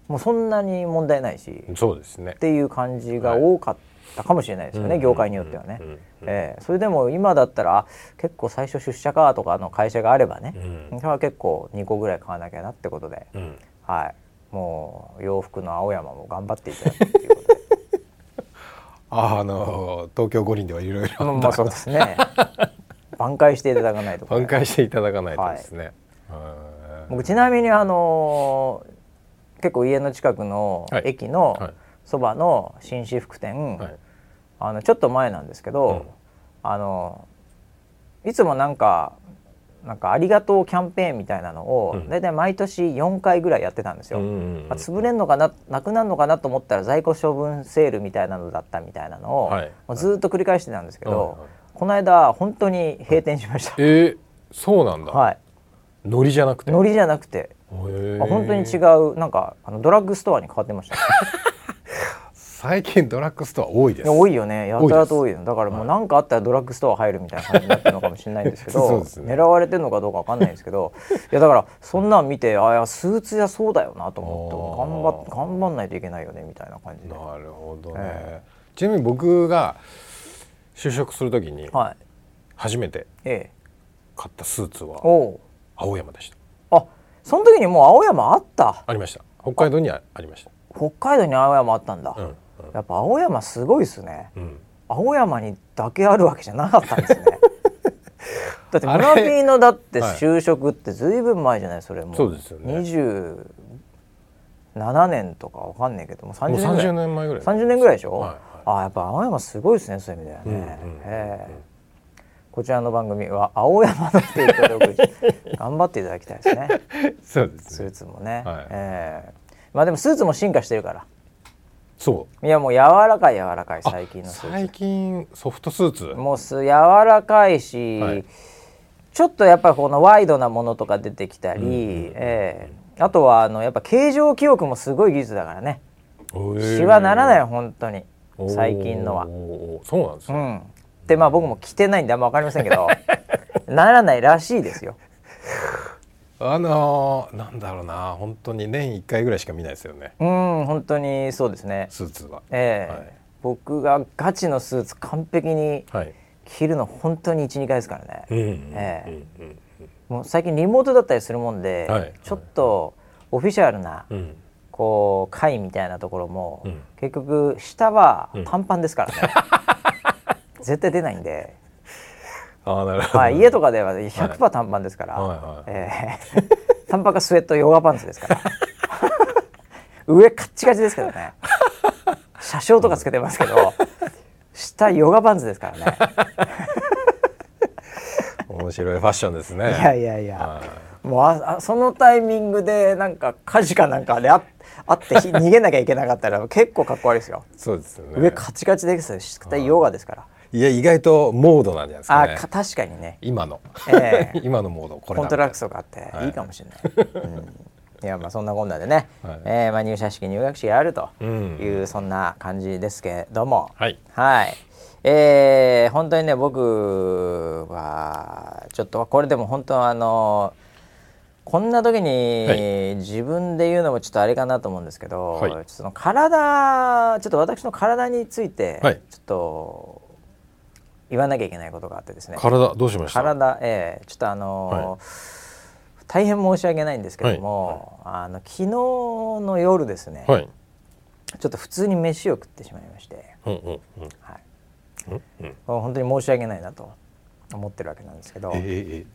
Speaker 1: もうそんなに問題ないし、
Speaker 2: う
Speaker 1: っ
Speaker 2: ん、そうですね
Speaker 1: ていう感じが多かったかもしれないですよね、
Speaker 2: うん
Speaker 1: 業界によってはね、
Speaker 2: うんうん
Speaker 1: ええそれでも今だったらあ結構最初出社かとかの会社があればね、
Speaker 2: うん
Speaker 1: それは結構2個ぐらい買わなきゃなってことで、
Speaker 2: うん
Speaker 1: はいもう洋服の青山も頑張っていただくっていうことで
Speaker 2: ああの東京五輪ではいろい
Speaker 1: まあ
Speaker 2: ろ
Speaker 1: まあそうです ね挽回していただかないとこれ
Speaker 2: 挽回していただかないとですね、
Speaker 1: 僕ちなみにあのー結構家の近くの
Speaker 2: はい
Speaker 1: 駅の
Speaker 2: はい
Speaker 1: そばの紳士服店、
Speaker 2: はい
Speaker 1: あのちょっと前なんですけど、あのいつもなんかなんかありがとうキャンペーンみたいなのを、
Speaker 2: うん
Speaker 1: 大体毎年4回ぐらいやってたんです
Speaker 2: う
Speaker 1: よ。
Speaker 2: んうんうん
Speaker 1: まあ、潰れんのかななくなるのかなと思ったら在庫処分セールみたいなのだったみたいなのを、
Speaker 2: はい
Speaker 1: もうずーっと繰り返してたんですけど、
Speaker 2: はいはい
Speaker 1: この間本当に閉店しました。
Speaker 2: えー、そうなんだ、
Speaker 1: はい、
Speaker 2: ノリじゃなくて
Speaker 1: ノリじゃなくて
Speaker 2: へえ
Speaker 1: あ本当に違うなんかあのドラッグストアに変わってま した
Speaker 2: 最近ドラッグストア多いで
Speaker 1: い
Speaker 2: す
Speaker 1: や多いよねやたらと多いよだからも
Speaker 2: は
Speaker 1: う
Speaker 2: い
Speaker 1: 何かあったらドラッグストア入るみたいな感じになってるのかもしれないんですけ
Speaker 2: そう
Speaker 1: ど
Speaker 2: ですね
Speaker 1: 狙われてるのかどうかわかんないんですけどいやだからそんなん見てあいやスーツ屋そうだよなと思って
Speaker 2: あ
Speaker 1: 頑
Speaker 2: ー
Speaker 1: 張っ頑張んないといけないよねみたいな感じで
Speaker 2: なるほどね、
Speaker 1: え
Speaker 2: ちなみに僕が就職するときに
Speaker 1: はい
Speaker 2: 初めて
Speaker 1: ええ
Speaker 2: 買ったスーツは
Speaker 1: おう
Speaker 2: 青山でした
Speaker 1: あその時にもう青山あった
Speaker 2: ありました北海道にあありまし
Speaker 1: 北海道に青山あったんだ、
Speaker 2: たうん
Speaker 1: やっぱ青山すごいですね
Speaker 2: うん、うん
Speaker 1: 青山にだけあるわけじゃなかったんです ねだって
Speaker 2: あれ
Speaker 1: 村ピーのだって
Speaker 2: はい
Speaker 1: 就職ってずいぶん前じゃないそれも
Speaker 2: そうですよね
Speaker 1: 27年とかわかんないけどもう30
Speaker 2: もう
Speaker 1: 年ぐら
Speaker 2: 30
Speaker 1: い
Speaker 2: 年前ぐらい
Speaker 1: 30年ぐらいでしょ、
Speaker 2: はいはい
Speaker 1: ああやっぱ青山すごいですねそういう意味ではね、
Speaker 2: うんうんうんうん
Speaker 1: ええこちらの番組は青山の提供でお送り し頑張っていただきたいですね
Speaker 2: そうです
Speaker 1: ス
Speaker 2: ね
Speaker 1: ーツもね、
Speaker 2: はい
Speaker 1: えーまあでもスーツも進化してるから
Speaker 2: そ
Speaker 1: いやもう柔らかい柔らかいう
Speaker 2: あ
Speaker 1: 最近のスー
Speaker 2: 最近ソフトスーツ
Speaker 1: ツもうす柔らかいし、
Speaker 2: はい
Speaker 1: ちょっとやっぱこのワイドなものとか出てきたり、えーあとはあのやっぱ形状記憶もすごい技術だからねシワならないよ本当に最近のは
Speaker 2: おーそうなんです
Speaker 1: う
Speaker 2: ね
Speaker 1: んでまあ僕も着てないんであんま分かりませんけ どならないらしいですよ
Speaker 2: あのーなんだろうな本当に年一回ぐらいしか見ないですよね
Speaker 1: うん本当にそうですね
Speaker 2: スーツは
Speaker 1: ええ
Speaker 2: はい
Speaker 1: 僕がガチのスーツ完璧に
Speaker 2: はい
Speaker 1: 着るの本当に12回ですからね、
Speaker 2: うんうん
Speaker 1: え
Speaker 2: うん
Speaker 1: もう最近リモートだったりするもんで、
Speaker 2: はい
Speaker 1: ちょっとオフィシャルな
Speaker 2: うんうん
Speaker 1: こう会みたいなところも、
Speaker 2: うん
Speaker 1: 結局下は
Speaker 2: うん
Speaker 1: 短パンですからね、 絶対出ないんで、
Speaker 2: ああなるほど
Speaker 1: はい、家とかでは100%短パンですから、
Speaker 2: はいはい
Speaker 1: えー 短パンかスウェットヨガパンツですから 上カッチカチですけどね車掌とかつけてますけど下ヨガパンツですからね
Speaker 2: 面白いファッションですね
Speaker 1: いやいやいや、
Speaker 2: は
Speaker 1: もうああそのタイミングでなんか火事かなんかでああって ひ逃げなきゃいけなかったら結構かっこ悪いですよ、
Speaker 2: いそうですよね
Speaker 1: 上カチカチですし下ヨガですから、
Speaker 2: いや意外とモードなんじゃないですか
Speaker 1: あ
Speaker 2: ね
Speaker 1: か確かにね
Speaker 2: 今の、
Speaker 1: え
Speaker 2: 今のモードこれ
Speaker 1: コン
Speaker 2: だ
Speaker 1: トラ
Speaker 2: み
Speaker 1: クトがあって
Speaker 2: はい
Speaker 1: いいかもしれない、うん、いやまあそんなこんなでね、
Speaker 2: はい
Speaker 1: えーまあ、入社式入学式やると
Speaker 2: うん
Speaker 1: いう、そんな感じですけども
Speaker 2: はい
Speaker 1: はいえー本当にね僕はちょっとこれでも本当はあのこんな時に、
Speaker 2: はい
Speaker 1: 自分で言うのもちょっとあれかなと思うんですけど、
Speaker 2: はい
Speaker 1: ちょっとその体ちょっと私の体について
Speaker 2: はい
Speaker 1: ちょっと言わなきゃいけないことがあってですね、
Speaker 2: 体どうしました
Speaker 1: 体ええちょっとあのー大変申し訳ないんですけども、あの昨日の夜ですね、
Speaker 2: はい
Speaker 1: ちょっと普通に飯を食ってしまいまして、
Speaker 2: うんうんうん
Speaker 1: はい、
Speaker 2: うんうん
Speaker 1: 本当に申し訳ないなと思ってるわけなんですけど、
Speaker 2: えええ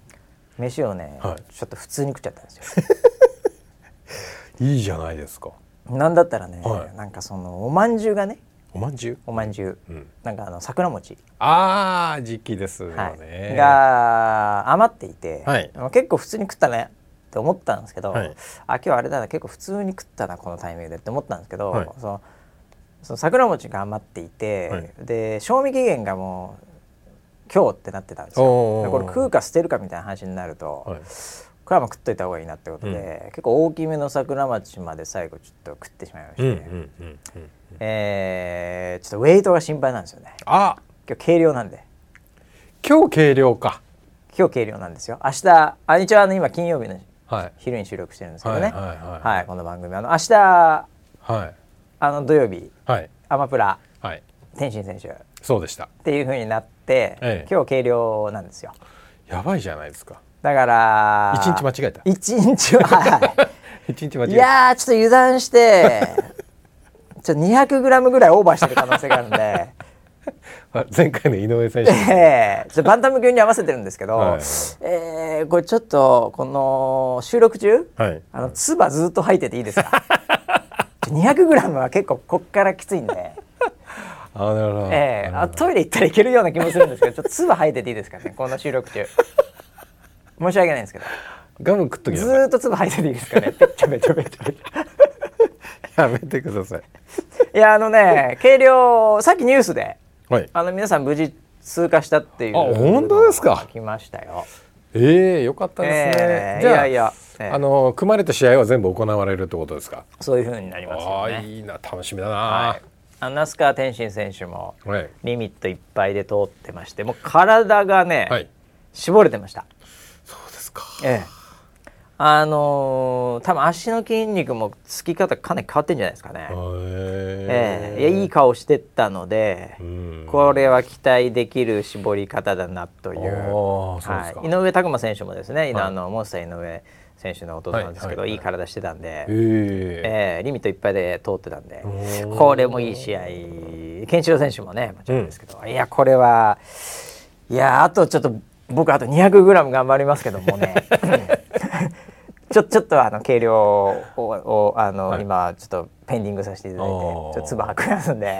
Speaker 1: 飯をね、
Speaker 2: はい
Speaker 1: ちょっと普通に食っちゃったんですよ。
Speaker 2: えいいじゃないですか
Speaker 1: なんだったらね、
Speaker 2: はい
Speaker 1: なんかそのお饅頭がね
Speaker 2: おまんじゅう
Speaker 1: お饅頭、
Speaker 2: うん
Speaker 1: なんかあの桜餅、
Speaker 2: ああ時期ですよね、
Speaker 1: はい、が余っていて、
Speaker 2: はい
Speaker 1: 結構普通に食ったねって思ったんですけど、
Speaker 2: はい
Speaker 1: あ今日あれだな結構普通に食ったなこのタイミングでって思ったんですけど、
Speaker 2: はい
Speaker 1: そのその桜餅が余っていて、
Speaker 2: はい
Speaker 1: で賞味期限がもう今日ってなってたんです
Speaker 2: お
Speaker 1: よ。
Speaker 2: ー
Speaker 1: でこれ食うか捨てるかみたいな話になると、
Speaker 2: はい
Speaker 1: これはもう食っといた方がいいなってことで、結構大きめの桜餅まで最後ちょっと食ってしまいまして、
Speaker 2: うんうんうんうん
Speaker 1: えーちょっとウェイトが心配なんですよね
Speaker 2: あ
Speaker 1: 今日軽量なんで
Speaker 2: 今日計量か
Speaker 1: 今日軽量なんですよ明日あ一応あの今金曜日の
Speaker 2: はい
Speaker 1: 昼に収録してるんですけどね
Speaker 2: はいはいはいはい
Speaker 1: この番組あの明日
Speaker 2: はい
Speaker 1: あの土曜日
Speaker 2: はい
Speaker 1: アマプラ
Speaker 2: はい
Speaker 1: 天心選手っ
Speaker 2: そうでした
Speaker 1: ていう風になって、
Speaker 2: ええ
Speaker 1: 今日軽量なんですよ
Speaker 2: やばいじゃないですか
Speaker 1: だから
Speaker 2: 一日間違えた
Speaker 1: 一日は はい
Speaker 2: 一日間違
Speaker 1: い
Speaker 2: えた
Speaker 1: やーちょっと油断して ちょっと 200g ぐらいオーバーしてる可能性があるんで、
Speaker 2: あ前回の井上選手
Speaker 1: えーちょっとバンタム級に合わせてるんですけど、
Speaker 2: はい
Speaker 1: えーこれちょっとこの収録中、
Speaker 2: はい
Speaker 1: あの唾ずっと吐いてていいです かちょ 200g は結構こっからきついんで、
Speaker 2: あなるほど、
Speaker 1: えーあトイレ行ったらいけるような気もするんですけどちょっと唾吐いてていいですかねこの収録中申し訳ないんですけど
Speaker 2: ガム食っときな
Speaker 1: ず
Speaker 2: さい
Speaker 1: ーっと唾吐いてていいですかねペッチャペチャペチャペチャ
Speaker 2: やめてください
Speaker 1: いやあのね軽量さっきニュースで
Speaker 2: はい
Speaker 1: あの皆さん無事通過したっていう
Speaker 2: あ本当ですか
Speaker 1: 来ましたよ
Speaker 2: ええよかったですね
Speaker 1: え、え
Speaker 2: じゃあ
Speaker 1: いやいやええ
Speaker 2: あの組まれた試合は全部行われるってことですか
Speaker 1: そういう風になります
Speaker 2: あ
Speaker 1: よ
Speaker 2: あ
Speaker 1: ね
Speaker 2: いいな楽しみだな
Speaker 1: はいあの那須川天心選手も
Speaker 2: はい
Speaker 1: リミットいっぱいで通ってましてもう体がね、
Speaker 2: はい
Speaker 1: 絞れてました
Speaker 2: そうですか
Speaker 1: ええあのー多分足の筋肉もつき方かなり変わってんじゃないですかねえ
Speaker 2: え
Speaker 1: えいやいい顔してったので
Speaker 2: うん
Speaker 1: これは期待できる絞り方だなとい
Speaker 2: あ
Speaker 1: う
Speaker 2: ーそうで
Speaker 1: は
Speaker 2: すか、
Speaker 1: い、井上拓磨選手もですね、あのモンスター井上選手の弟なんですけど、
Speaker 2: はいい
Speaker 1: い
Speaker 2: はい
Speaker 1: 体してたんで、え
Speaker 2: ええ
Speaker 1: ーリミットいっぱいで通ってたんで
Speaker 2: おー
Speaker 1: これもいい試合健一郎選手もねもちろんですけど、いやこれ はいやあとちょっと僕あと 200g 頑張りますけどもねちょちょっとあの計量ををあの、
Speaker 2: はい
Speaker 1: 今ちょっとペンディングさせていただいてちょ
Speaker 2: おー
Speaker 1: っと唾吐くやつんで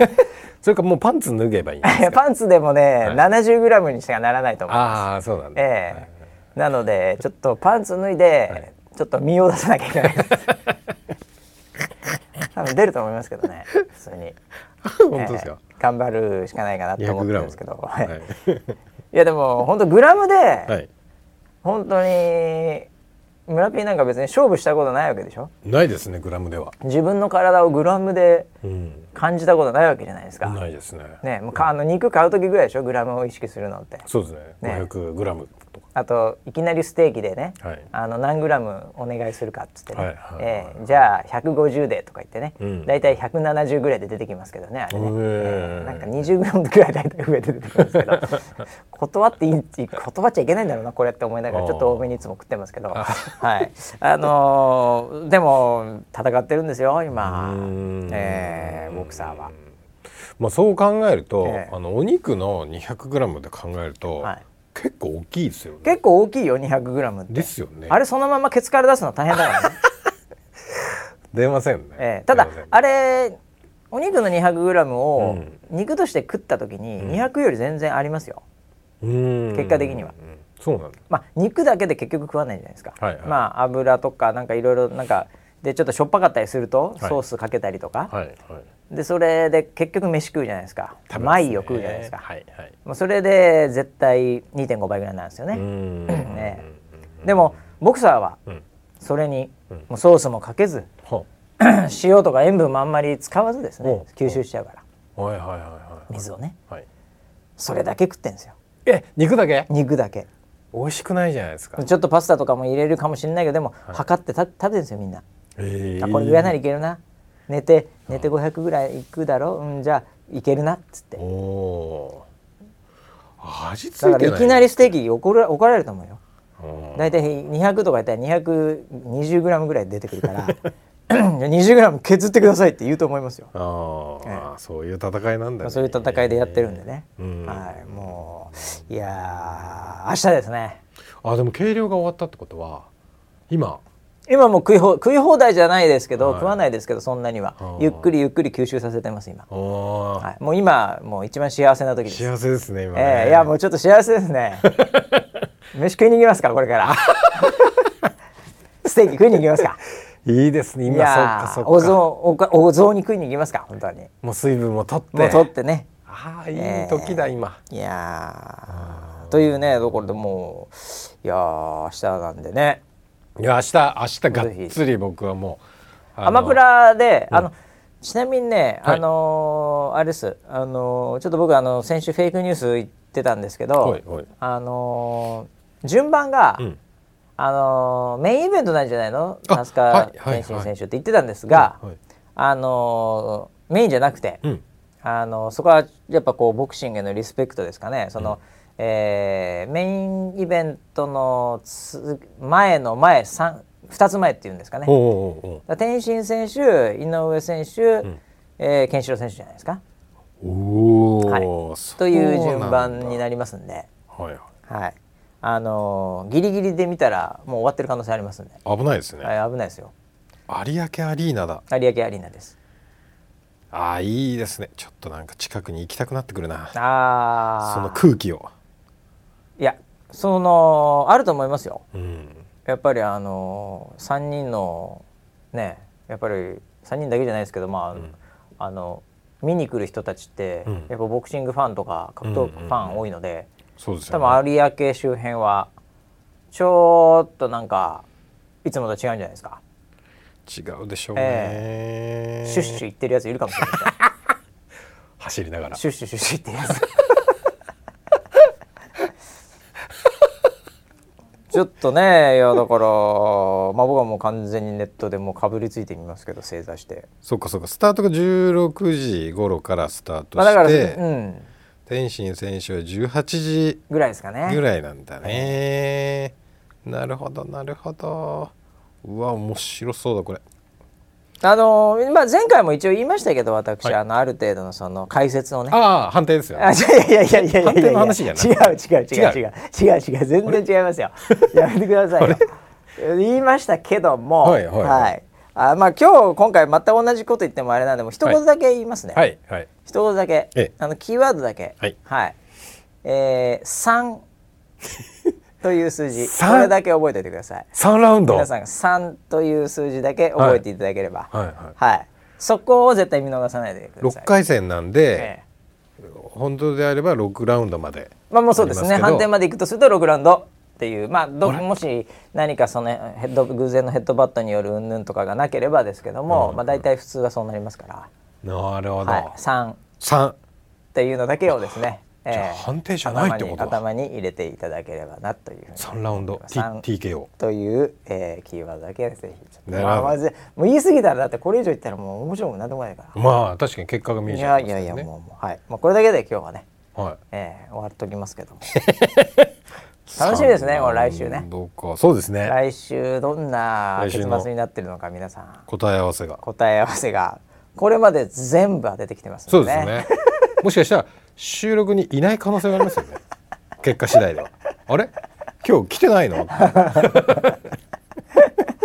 Speaker 2: それかもうパンツ脱げばいいんで
Speaker 1: いや
Speaker 2: すか
Speaker 1: パンツでもね、
Speaker 2: い
Speaker 1: 70g にしかならないと思う、
Speaker 2: ああそうなんだ、
Speaker 1: ええなのでちょっとパンツ脱いで、ちょっと身を出さなきゃいけ ないです多分出ると思いますけどね普通に。
Speaker 2: 本当ですか、
Speaker 1: えー頑張るしかないかなと思ってるんですけど、
Speaker 2: 200
Speaker 1: い、
Speaker 2: グラム
Speaker 1: やでも本当グラムで、
Speaker 2: はい、はい、
Speaker 1: 本当に村ピーなんか別に勝負したことないわけでしょ
Speaker 2: ないですねグラムでは、
Speaker 1: 自分の体をグラムで
Speaker 2: うん、
Speaker 1: 感じたことないわけじゃないですか、
Speaker 2: ないですね
Speaker 1: ねもうかあの肉買う時ぐらいでしょグラムを意識するのって
Speaker 2: そうですね
Speaker 1: ね
Speaker 2: 500グラムとか
Speaker 1: あといきなりステーキでね、
Speaker 2: はい
Speaker 1: あの何グラムお願いするかっつってね、
Speaker 2: はいはい
Speaker 1: えーじゃあ150でとか言ってね、
Speaker 2: うん
Speaker 1: 大体170ぐらいで出てきますけどねあれね、
Speaker 2: へー
Speaker 1: えーなんか20グラムぐらい大体増えて出てくるんです けど断っていい断っちゃいけないんだろうなこれって思いながらちょっと多めにいつも食ってますけど はいあのーでも戦ってるんですよ今
Speaker 2: うー、ん
Speaker 1: えーボクサーは。
Speaker 2: まあそう考えると、
Speaker 1: ええ
Speaker 2: あのお肉の200グラムで考えると、
Speaker 1: はい
Speaker 2: 結構大きいですよね
Speaker 1: 結構大きいよ200グラムって
Speaker 2: ですよね
Speaker 1: あれそのままケツから出すの大変だからね
Speaker 2: 出ませんね、
Speaker 1: ええただ
Speaker 2: 出ませんね
Speaker 1: あれお肉の 200g を
Speaker 2: うん
Speaker 1: 肉として食った時に200より全然ありますよ、
Speaker 2: うーん
Speaker 1: 結果的には
Speaker 2: うんそうなんだ
Speaker 1: まあ肉だけで結局食わないじゃないですか、
Speaker 2: はいはい
Speaker 1: まあ油とかなんかいろいろなんかでちょっとしょっぱかったりすると
Speaker 2: はい
Speaker 1: ソースかけたりとか、
Speaker 2: はいはい
Speaker 1: でそれで結局飯食うじゃないですか
Speaker 2: 食べますね
Speaker 1: 毎を食うじゃないですか、
Speaker 2: はいはい
Speaker 1: まあ、それで絶対2.5倍ぐらいになるんですよね、
Speaker 2: うーん
Speaker 1: ねでもボクサーは
Speaker 2: ん
Speaker 1: それにもうソースもかけず
Speaker 2: は
Speaker 1: 塩とか塩分もあんまり使わずです
Speaker 2: おう
Speaker 1: ね吸収しちゃうから
Speaker 2: はいはいはいはい
Speaker 1: 水をね
Speaker 2: はい
Speaker 1: それだけ食ってんですよ
Speaker 2: え肉だけ
Speaker 1: 肉だけ
Speaker 2: 美味しくないじゃないですか
Speaker 1: ちょっとパスタとかも入れるかもしれないけどでも、測ってた食べてるんですよみんな、
Speaker 2: え
Speaker 1: あこれぐらいな
Speaker 2: り
Speaker 1: らいけるな寝て寝て500ぐらいいくだろう、うん、じゃあいけるなっつって
Speaker 2: おおー味付いて
Speaker 1: だ
Speaker 2: な
Speaker 1: か
Speaker 2: い
Speaker 1: らいきなりステーキ怒ら怒られると思うよ
Speaker 2: うん
Speaker 1: 大体200とかやったら 220g ぐらい出てくるから 20g 削ってくださいって言うと思いますよ、
Speaker 2: あーあーそういう戦いなん
Speaker 1: まあ
Speaker 2: だね
Speaker 1: そういう戦いでやってるんでね、
Speaker 2: うん
Speaker 1: はいもういやー明日ですね
Speaker 2: あでも計量が終わったってことは今
Speaker 1: 今もう食いほ食い放題じゃないですけど、
Speaker 2: はい
Speaker 1: 食わないですけどそんなには
Speaker 2: あー
Speaker 1: ゆっくりゆっくり吸収させてます今、
Speaker 2: あー、
Speaker 1: はい、もう今もう一番幸せな時です
Speaker 2: 幸せですね今ね、
Speaker 1: ええいやもうちょっと幸せです ね飯食いに行きますかこれからステーキ食いに行きますか
Speaker 2: いいですね
Speaker 1: い
Speaker 2: 今そっ
Speaker 1: や
Speaker 2: かそ
Speaker 1: ー
Speaker 2: っか
Speaker 1: お雑おかお雑煮食いに行きますか本当に
Speaker 2: もう水分も取って
Speaker 1: もう取ってね
Speaker 2: ああいい時だ、今
Speaker 1: いやーというねところでもういやー明日なんでね
Speaker 2: いや明日明日がっつり僕はもうあの
Speaker 1: アマプラで、あのちなみにね、
Speaker 2: はい
Speaker 1: あのーあれです、あのーちょっと僕あの先週フェイクニュース言ってたんですけど、
Speaker 2: はいはい
Speaker 1: あのー順番が、
Speaker 2: うん
Speaker 1: あのーメインイベントなんじゃないの、
Speaker 2: あ
Speaker 1: 那須
Speaker 2: は
Speaker 1: 川
Speaker 2: いはい
Speaker 1: 天心選手って言ってたんですが、
Speaker 2: はいはい
Speaker 1: あのーメインじゃなくて、
Speaker 2: うん
Speaker 1: あのそこはやっぱこうボクシングへのリスペクトですかねその、えーメインイベントのつ前の前三2つ前っていうんですかね
Speaker 2: おうおうおう
Speaker 1: だから天心選手井上選手、えーケンシロウ選手じゃないですか
Speaker 2: おお、
Speaker 1: という順番に
Speaker 2: な
Speaker 1: なりますんで
Speaker 2: はい
Speaker 1: はいあのーギリギリで見たらもう終わってる可能性ありますんで、
Speaker 2: はい危ないですね、
Speaker 1: はい、危ないですよ
Speaker 2: 有明アリーナだ
Speaker 1: 有明アリーナです
Speaker 2: ああいいですねちょっとなんか近くに行きたくなってくるな
Speaker 1: ああ
Speaker 2: その空気を
Speaker 1: いやそのあると思いますよ
Speaker 2: うん
Speaker 1: やっぱりあのー、3人のねやっぱり3人だけじゃないですけどまあ、あの見に来る人たちって、
Speaker 2: うん
Speaker 1: やっぱボクシングファンとか格闘技ファン多いので、
Speaker 2: そうです
Speaker 1: 多
Speaker 2: よね
Speaker 1: 分有明周辺はちょっとなんかいつもと違うんじゃないですか、
Speaker 2: 違うでしょうね、
Speaker 1: シュッシュ言ってるやついるかもしれない ですよ
Speaker 2: 走りながら
Speaker 1: シュッシュシュッシュ言って るやつちょっとねいやだから、まあ、僕はもう完全にネットでもうかぶりついてみますけど正座して、
Speaker 2: そうかそうかスタートが16時頃からスタート
Speaker 1: まあ、
Speaker 2: して、
Speaker 1: だからうん
Speaker 2: 天心選手は18時
Speaker 1: ぐらいですかね
Speaker 2: ぐらいなんだね、なるほどなるほどうわ面白そうだこれ
Speaker 1: あのーまあ、前回も一応言いましたけど私、
Speaker 2: はい
Speaker 1: あのある程度のその解説をね
Speaker 2: ああ判定ですよ
Speaker 1: あ、いやいやいやいやいやいや
Speaker 2: 判定の話じゃない
Speaker 1: 違う違う違う違う違う違う全然違いますよ。やめてくださいよ。言いましたけども、
Speaker 2: はいはいはい
Speaker 1: あまあ今日今回全く同じこと言ってもあれなんでもう一言だけ言いますね。
Speaker 2: はいはい
Speaker 1: 一言だけ、
Speaker 2: ええ
Speaker 1: あのキーワードだけ、
Speaker 2: はい
Speaker 1: えー三 という数字、
Speaker 2: 三
Speaker 1: これだけ覚えておいてください。
Speaker 2: 三ラウンド
Speaker 1: 皆さんが三という数字だけ覚えていただければ、
Speaker 2: はいはい
Speaker 1: はいそこを絶対見逃さないでください
Speaker 2: 六。回戦なんで、
Speaker 1: ええ
Speaker 2: 本当であれば六ラウンドまで
Speaker 1: まあもうそうです
Speaker 2: あ
Speaker 1: ね
Speaker 2: りますけど
Speaker 1: 判定までいくとすると6ラウンドっていうまあどもし何かそのヘッド偶然のヘッドバットによる云々とかがなければですけども、まあ大体普通はそうなりますか
Speaker 2: なるほ
Speaker 1: ら、はい
Speaker 2: ど、
Speaker 1: 3っ
Speaker 2: 三、
Speaker 1: ていうのだけをですね、
Speaker 2: じゃあ
Speaker 1: ええ
Speaker 2: 判定じゃないってことだ
Speaker 1: 頭に頭に入れていただければなというふうに
Speaker 2: 三ラウンド T
Speaker 1: 三
Speaker 2: TKO
Speaker 1: という、えーキーワードだけぜひちょっ
Speaker 2: な
Speaker 1: と、
Speaker 2: るほ
Speaker 1: ま
Speaker 2: ど
Speaker 1: あまずもう言い過ぎたらだってこれ以上言ったらもう面白くもなんでもないか
Speaker 2: まあ確かに結果が見
Speaker 1: ら
Speaker 2: え
Speaker 1: い
Speaker 2: ち
Speaker 1: や
Speaker 2: ゃい
Speaker 1: い
Speaker 2: ますよ
Speaker 1: や
Speaker 2: ね
Speaker 1: いやもうもうはい、まあ、これだけで今日はね、
Speaker 2: はい
Speaker 1: えー終わっときますけ ども楽しみですねこれ来週ね
Speaker 2: どうかそうですね
Speaker 1: 来週どんな
Speaker 2: 来
Speaker 1: 結
Speaker 2: 週の
Speaker 1: 末になってるのか皆さん
Speaker 2: 答え合わせが
Speaker 1: 答え合わせがこれまで全部当ててきてますん
Speaker 2: そうですね もしかしたら収録にいない可能性があります よね結果次第ではあれ今日来てないの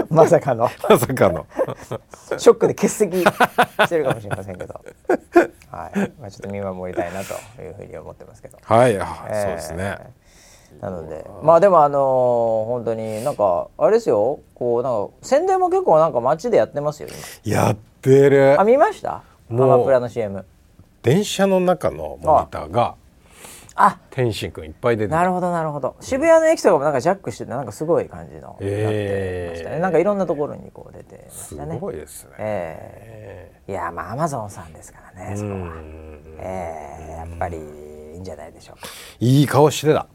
Speaker 1: まさかの
Speaker 2: まさ かの
Speaker 1: ショックで欠席してるかもしれませんけどはい、まあ、ちょっと見守りたいなというふうに思ってますけど
Speaker 2: はいあ
Speaker 1: えー
Speaker 2: そうですね
Speaker 1: なのでまあでもあのー本当になんかあれですよこうなんか宣伝も結構なんか街でやってますよ今
Speaker 2: やってる
Speaker 1: あ見ましたア
Speaker 2: もう
Speaker 1: マプラの CM
Speaker 2: 電車の中のモニターが
Speaker 1: あ
Speaker 2: 天心くんいっぱい出て
Speaker 1: なるほどなるほど渋谷の駅とかもなんかジャックしててなんかすごい感じの、
Speaker 2: え
Speaker 1: なっ
Speaker 2: ー
Speaker 1: てましたねなんかいろんなところにこう出てまし
Speaker 2: す
Speaker 1: たね
Speaker 2: ごいですね
Speaker 1: ええいやまあアマゾンさんですからねそこは、ええやっぱりいいんじゃないでしょうか
Speaker 2: いい顔してた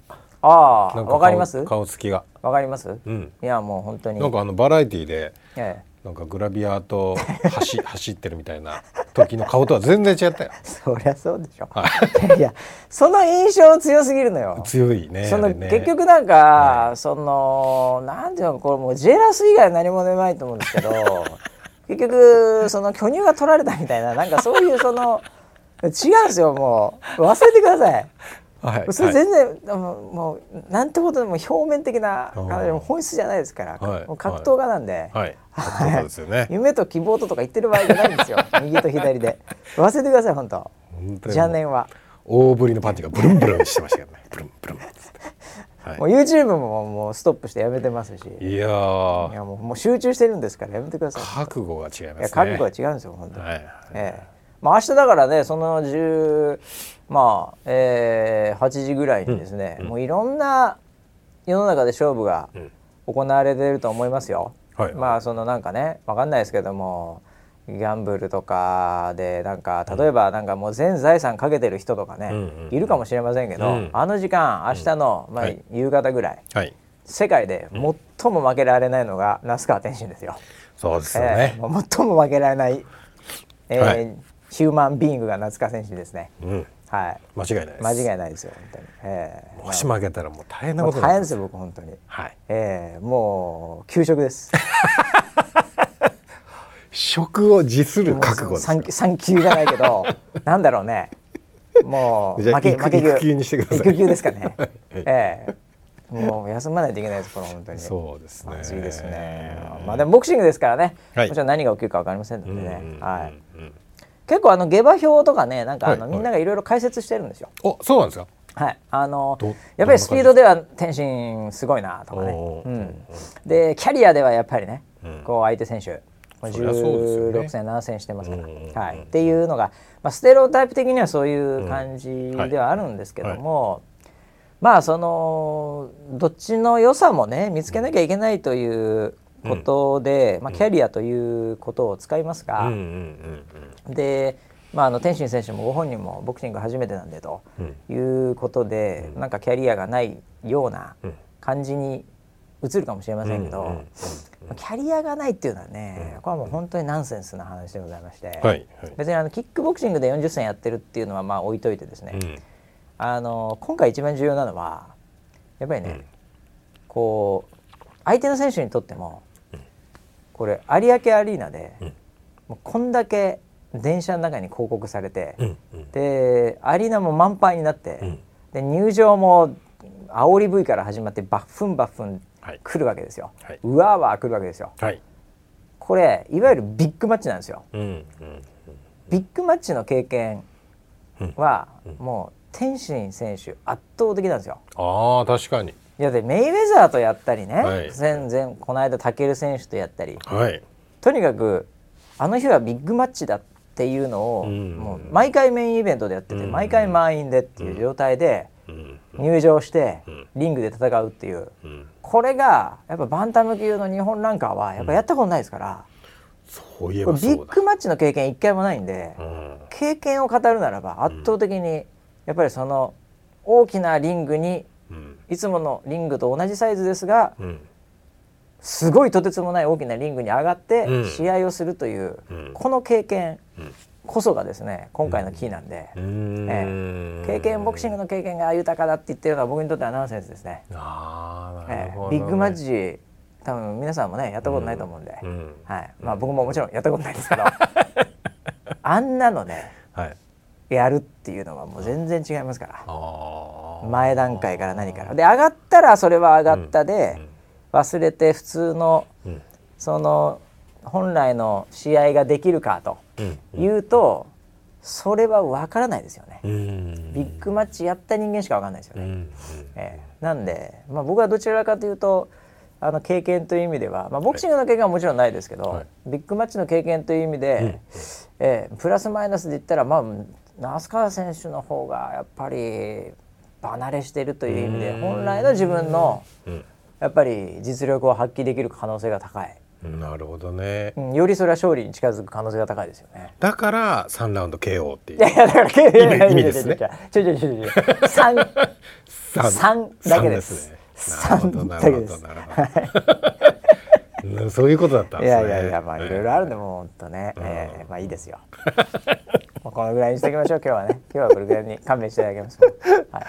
Speaker 1: ああ
Speaker 2: なん
Speaker 1: わかります
Speaker 2: 顔
Speaker 1: わ
Speaker 2: 顔つきが
Speaker 1: かります、
Speaker 2: ん
Speaker 1: いやもう本当に
Speaker 2: なんかあのバラエティーで
Speaker 1: ええ
Speaker 2: なんかグラビアと走 走ってるみたいな時の顔とは全然違ったよ
Speaker 1: そりゃそうでしょ。 いやいや、その印象強すぎるのよ。
Speaker 2: 強いね
Speaker 1: そ
Speaker 2: あ
Speaker 1: の
Speaker 2: れね
Speaker 1: 結局なんか、そのなんていうのこれもうジェラス以外何も出ないと思うんですけど 結局その巨乳が取られたみたいななんかそういうその違うんですよもう忘れてください
Speaker 2: はい
Speaker 1: それ
Speaker 2: はい
Speaker 1: 全然、あのもうなんてことでも表面的な
Speaker 2: うん
Speaker 1: あれ本質じゃないですから、
Speaker 2: はい
Speaker 1: もう格闘家なんで、
Speaker 2: はいそうですよね
Speaker 1: 夢と希望ととか言ってる場合じゃないん ですよ右と左で忘れてください本当
Speaker 2: 本当に
Speaker 1: 邪念は。
Speaker 2: 大ぶりのパンチがブルンブルンしてましたけどねブルンブルンっつってはい
Speaker 1: もう YouTube ももうストップしてやめてますし、い
Speaker 2: いやー
Speaker 1: やもうもう集中してるんですからやめてください。
Speaker 2: 覚悟が違い
Speaker 1: い
Speaker 2: ま
Speaker 1: や
Speaker 2: すね
Speaker 1: 覚悟は違うんですよ本当に。
Speaker 2: はい
Speaker 1: ええまあ明日だからねその10まあ、えー8時ぐらいにですね、もういろんな世の中で勝負が行われてると思いますよ。
Speaker 2: はい
Speaker 1: まあそのなんかねわかんないですけども。ギャンブルとかでなんか例えばなんかもう全財産かけてる人とかね、
Speaker 2: うんうんうん
Speaker 1: いるかもしれませんけど、
Speaker 2: うん
Speaker 1: あの時間明日の、まあ
Speaker 2: はい
Speaker 1: 夕方ぐらい、
Speaker 2: はい
Speaker 1: 世界で最も負けられないのが那須川天心ですよ。
Speaker 2: そうですよ
Speaker 1: え
Speaker 2: ね
Speaker 1: ーもう最も負けられない、えー
Speaker 2: はい
Speaker 1: ヒューマンビーイングが那須川天心ですね。
Speaker 2: うん
Speaker 1: はい。
Speaker 2: 間違いないです
Speaker 1: 間違いないですよ本当に。えー
Speaker 2: もし負けたらもう大変な
Speaker 1: も
Speaker 2: こ
Speaker 1: う
Speaker 2: と
Speaker 1: 大
Speaker 2: になる
Speaker 1: 変ですよ僕本当に。
Speaker 2: はい
Speaker 1: えーもう休職です。
Speaker 2: 職を辞する 覚悟です
Speaker 1: 三級三級じゃないけ どなんだろうね。もう
Speaker 2: じゃあ
Speaker 1: 負け
Speaker 2: 育
Speaker 1: 負け
Speaker 2: 育休にしてください
Speaker 1: 育休ですか ね。ええもう休まないといけないですこれ本当に。
Speaker 2: そうですね
Speaker 1: 暑いですね。まあでもボクシングですからね。
Speaker 2: はい
Speaker 1: もちろん何が起きるかわかりませんので
Speaker 2: うんうんう
Speaker 1: ね。
Speaker 2: ん
Speaker 1: はい。結構あの下馬評とかねなんかあの
Speaker 2: はい
Speaker 1: みんながいろいろ解説してるんですよ。
Speaker 2: おそうなんですか
Speaker 1: はい。あの
Speaker 2: ど
Speaker 1: やっぱりスピードでは天心すごいなとかね
Speaker 2: お。ー
Speaker 1: うん。でキャリアではやっぱりね
Speaker 2: うん
Speaker 1: こう相手選手。
Speaker 2: そりゃそうですよね
Speaker 1: 16戦7戦してますから、
Speaker 2: うんうんうん
Speaker 1: はい、っていうのが、まあ、ステレオタイプ的にはそういう感じではあるんですけども、まあそのどっちの良さもね見つけなきゃいけないということで、まあ、キャリアということを使いますが、
Speaker 2: うんうんうんうん
Speaker 1: で、まあ、あの天心選手もご本人もボクシング初めてなんでということで、なんかキャリアがないような感じに映るかもしれませんけど、
Speaker 2: うんうんうん
Speaker 1: まあキャリアがないっていうのはね、これはもう本当にナンセンスな話でございまして、
Speaker 2: はいはい
Speaker 1: 別にあのキックボクシングで40戦やってるっていうのはまあ置いといてですね、
Speaker 2: うん
Speaker 1: あの今回一番重要なのはやっぱりね、こう相手の選手にとっても、これ有明アリーナで、もうこんだけ電車の中に広告されて、
Speaker 2: うんうん
Speaker 1: でアリーナも満杯になって、
Speaker 2: ん
Speaker 1: で入場も煽り V から始まってバッフンバッフン
Speaker 2: はい
Speaker 1: 来るわけですよ、
Speaker 2: はいう
Speaker 1: わーわー来るわけですよ
Speaker 2: はい
Speaker 1: これいわゆるビッグマッチなんですよ
Speaker 2: うんうん
Speaker 1: ビッグマッチの経験はもう天心選手圧倒的なんですよ
Speaker 2: ああ確かに
Speaker 1: いやでメイウェザーとやったりね、
Speaker 2: はい
Speaker 1: 前前この間タケル選手とやったり
Speaker 2: はい
Speaker 1: とにかくあの日はビッグマッチだっていうのを、
Speaker 2: うん
Speaker 1: もう毎回メインイベントでやってて、
Speaker 2: うん
Speaker 1: 毎回満員でっていう状態で
Speaker 2: うん
Speaker 1: 入場して
Speaker 2: ん
Speaker 1: リングで戦うっていう
Speaker 2: うん
Speaker 1: これがやっぱバンタム級の日本ランカーはやっぱやったことないですから、
Speaker 2: そういえ
Speaker 1: こ
Speaker 2: ば
Speaker 1: れビ
Speaker 2: そ
Speaker 1: ッ
Speaker 2: うだ
Speaker 1: グマッチの経験一回もないんで、
Speaker 2: うん
Speaker 1: 経験を語るならば圧倒的にやっぱりその大きなリングに
Speaker 2: うん
Speaker 1: いつものリングと同じサイズですが
Speaker 2: うん
Speaker 1: すごいとてつもない大きなリングに上がって
Speaker 2: うん
Speaker 1: 試合をするという、
Speaker 2: うん
Speaker 1: この経験
Speaker 2: うん
Speaker 1: こそがですね今回のキーなんで、
Speaker 2: うーん
Speaker 1: 経験ボクシングの経験が豊かだって言ってるのは僕にとってはナンセンスですね。
Speaker 2: ああな
Speaker 1: え
Speaker 2: る
Speaker 1: え
Speaker 2: ほどね
Speaker 1: ビッグマッチ多分皆さんもねやったことないと思うんで、
Speaker 2: うん
Speaker 1: はいまあ、僕ももちろんやったことないですけ どあんなのね
Speaker 2: はい
Speaker 1: やるっていうのはもう全然違いますから。
Speaker 2: ああ
Speaker 1: 前段階から何からで上がったらそれは上がったで、忘れて普通の
Speaker 2: うん
Speaker 1: その本来の試合ができるかと
Speaker 2: うん
Speaker 1: 言うと、それは分からないですよね、
Speaker 2: うん
Speaker 1: ビッグマッチやった人間しか分からないですよ
Speaker 2: う
Speaker 1: ね、
Speaker 2: ん
Speaker 1: ええなんで、まあ、僕はどちらかというとあの経験という意味では、まあ、ボクシングの経験はもちろんないですけど、
Speaker 2: はい
Speaker 1: ビッグマッチの経験という意味で、ええプラスマイナスで言ったら、まあ、那須川選手の方がやっぱり離れしているという意味で
Speaker 2: うーん
Speaker 1: 本来の自分の
Speaker 2: うん
Speaker 1: やっぱり実力を発揮できる可能性が高い、
Speaker 2: うんなるほどね
Speaker 1: うん、よりそれは勝利に近づく可能性が高いですよね。
Speaker 2: だから三ラウンド KO ってい
Speaker 1: いや
Speaker 2: う
Speaker 1: いやだから
Speaker 2: 味意味ですね。
Speaker 1: ちょいちょいちょいちょい。三
Speaker 2: 三
Speaker 1: 三だけです。
Speaker 2: 三ですねなるほど
Speaker 1: 三
Speaker 2: なるほどなるほどうん そういうことだった
Speaker 1: い
Speaker 2: んです
Speaker 1: や
Speaker 2: ね
Speaker 1: いやいやまあいろいろあるんでもうほんとね、ええまあいいですよ。まあこのぐらいにしておきましょう今日はね今日はこれぐらいに勘弁していただけますか。はい、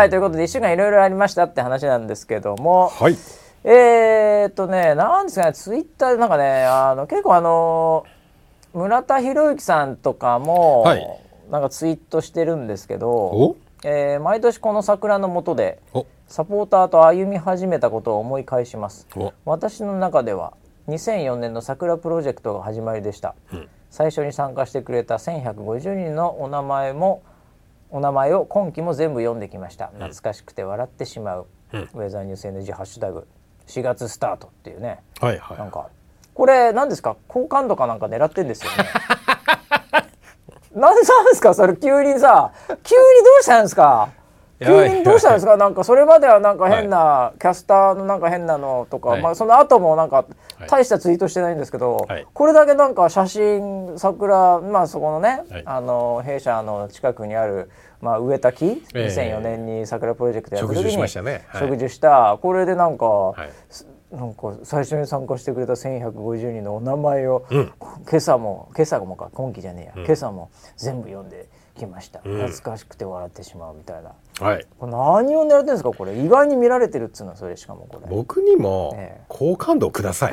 Speaker 1: はい、ということで1週間いろいろありましたって話なんですけども、
Speaker 2: はい
Speaker 1: えー、っとねなんですかねツイッターでなんかねあの結構あの村田博之さんとかも、
Speaker 2: はい
Speaker 1: なんかツイートしてるんですけど、
Speaker 2: お
Speaker 1: えー毎年この桜の下で
Speaker 2: お
Speaker 1: サポーターと歩み始めたことを思い返します
Speaker 2: お
Speaker 1: 私の中では2004年の桜プロジェクトが始まりでした、
Speaker 2: うん
Speaker 1: 最初に参加してくれた1150人のお名前もお名前を今期も全部読んできました懐かしくて笑ってしまう、
Speaker 2: うん
Speaker 1: ウェザーニュース NG ハッシュタグ4月スタートっていうね
Speaker 2: はい
Speaker 1: なん
Speaker 2: は
Speaker 1: かこれ何ですか好感度かなんか狙ってんですよね なんなんですかそれ急にさ急にどうしたんですか
Speaker 2: やばい
Speaker 1: 急にどうしたん ですかなんかそれまではなんか変なキャスターのなんか変なのとか、
Speaker 2: はい
Speaker 1: まあその後もなんか
Speaker 2: はい
Speaker 1: 大したツイートしてないんですけど、
Speaker 2: はい
Speaker 1: これだけなんか写真桜まあそこのね、
Speaker 2: はい
Speaker 1: あの弊社の近くにあるまあ植えた木
Speaker 2: え
Speaker 1: 2004年に桜プロジェクトやった時に
Speaker 2: 植樹しましたねはい
Speaker 1: 植樹したこれでなんか、
Speaker 2: いはい
Speaker 1: なんか最初に参加してくれた1150人のお名前を、
Speaker 2: うん
Speaker 1: 今朝も今朝もか今期じゃねえや、今朝も全部読んできました、
Speaker 2: うん
Speaker 1: 懐かしくて笑ってしまうみたいな
Speaker 2: はい
Speaker 1: これ何を狙ってんですかこれ意外に見られてるっつうのそれしかもこれ
Speaker 2: 僕にも
Speaker 1: ええ
Speaker 2: 好感度をください。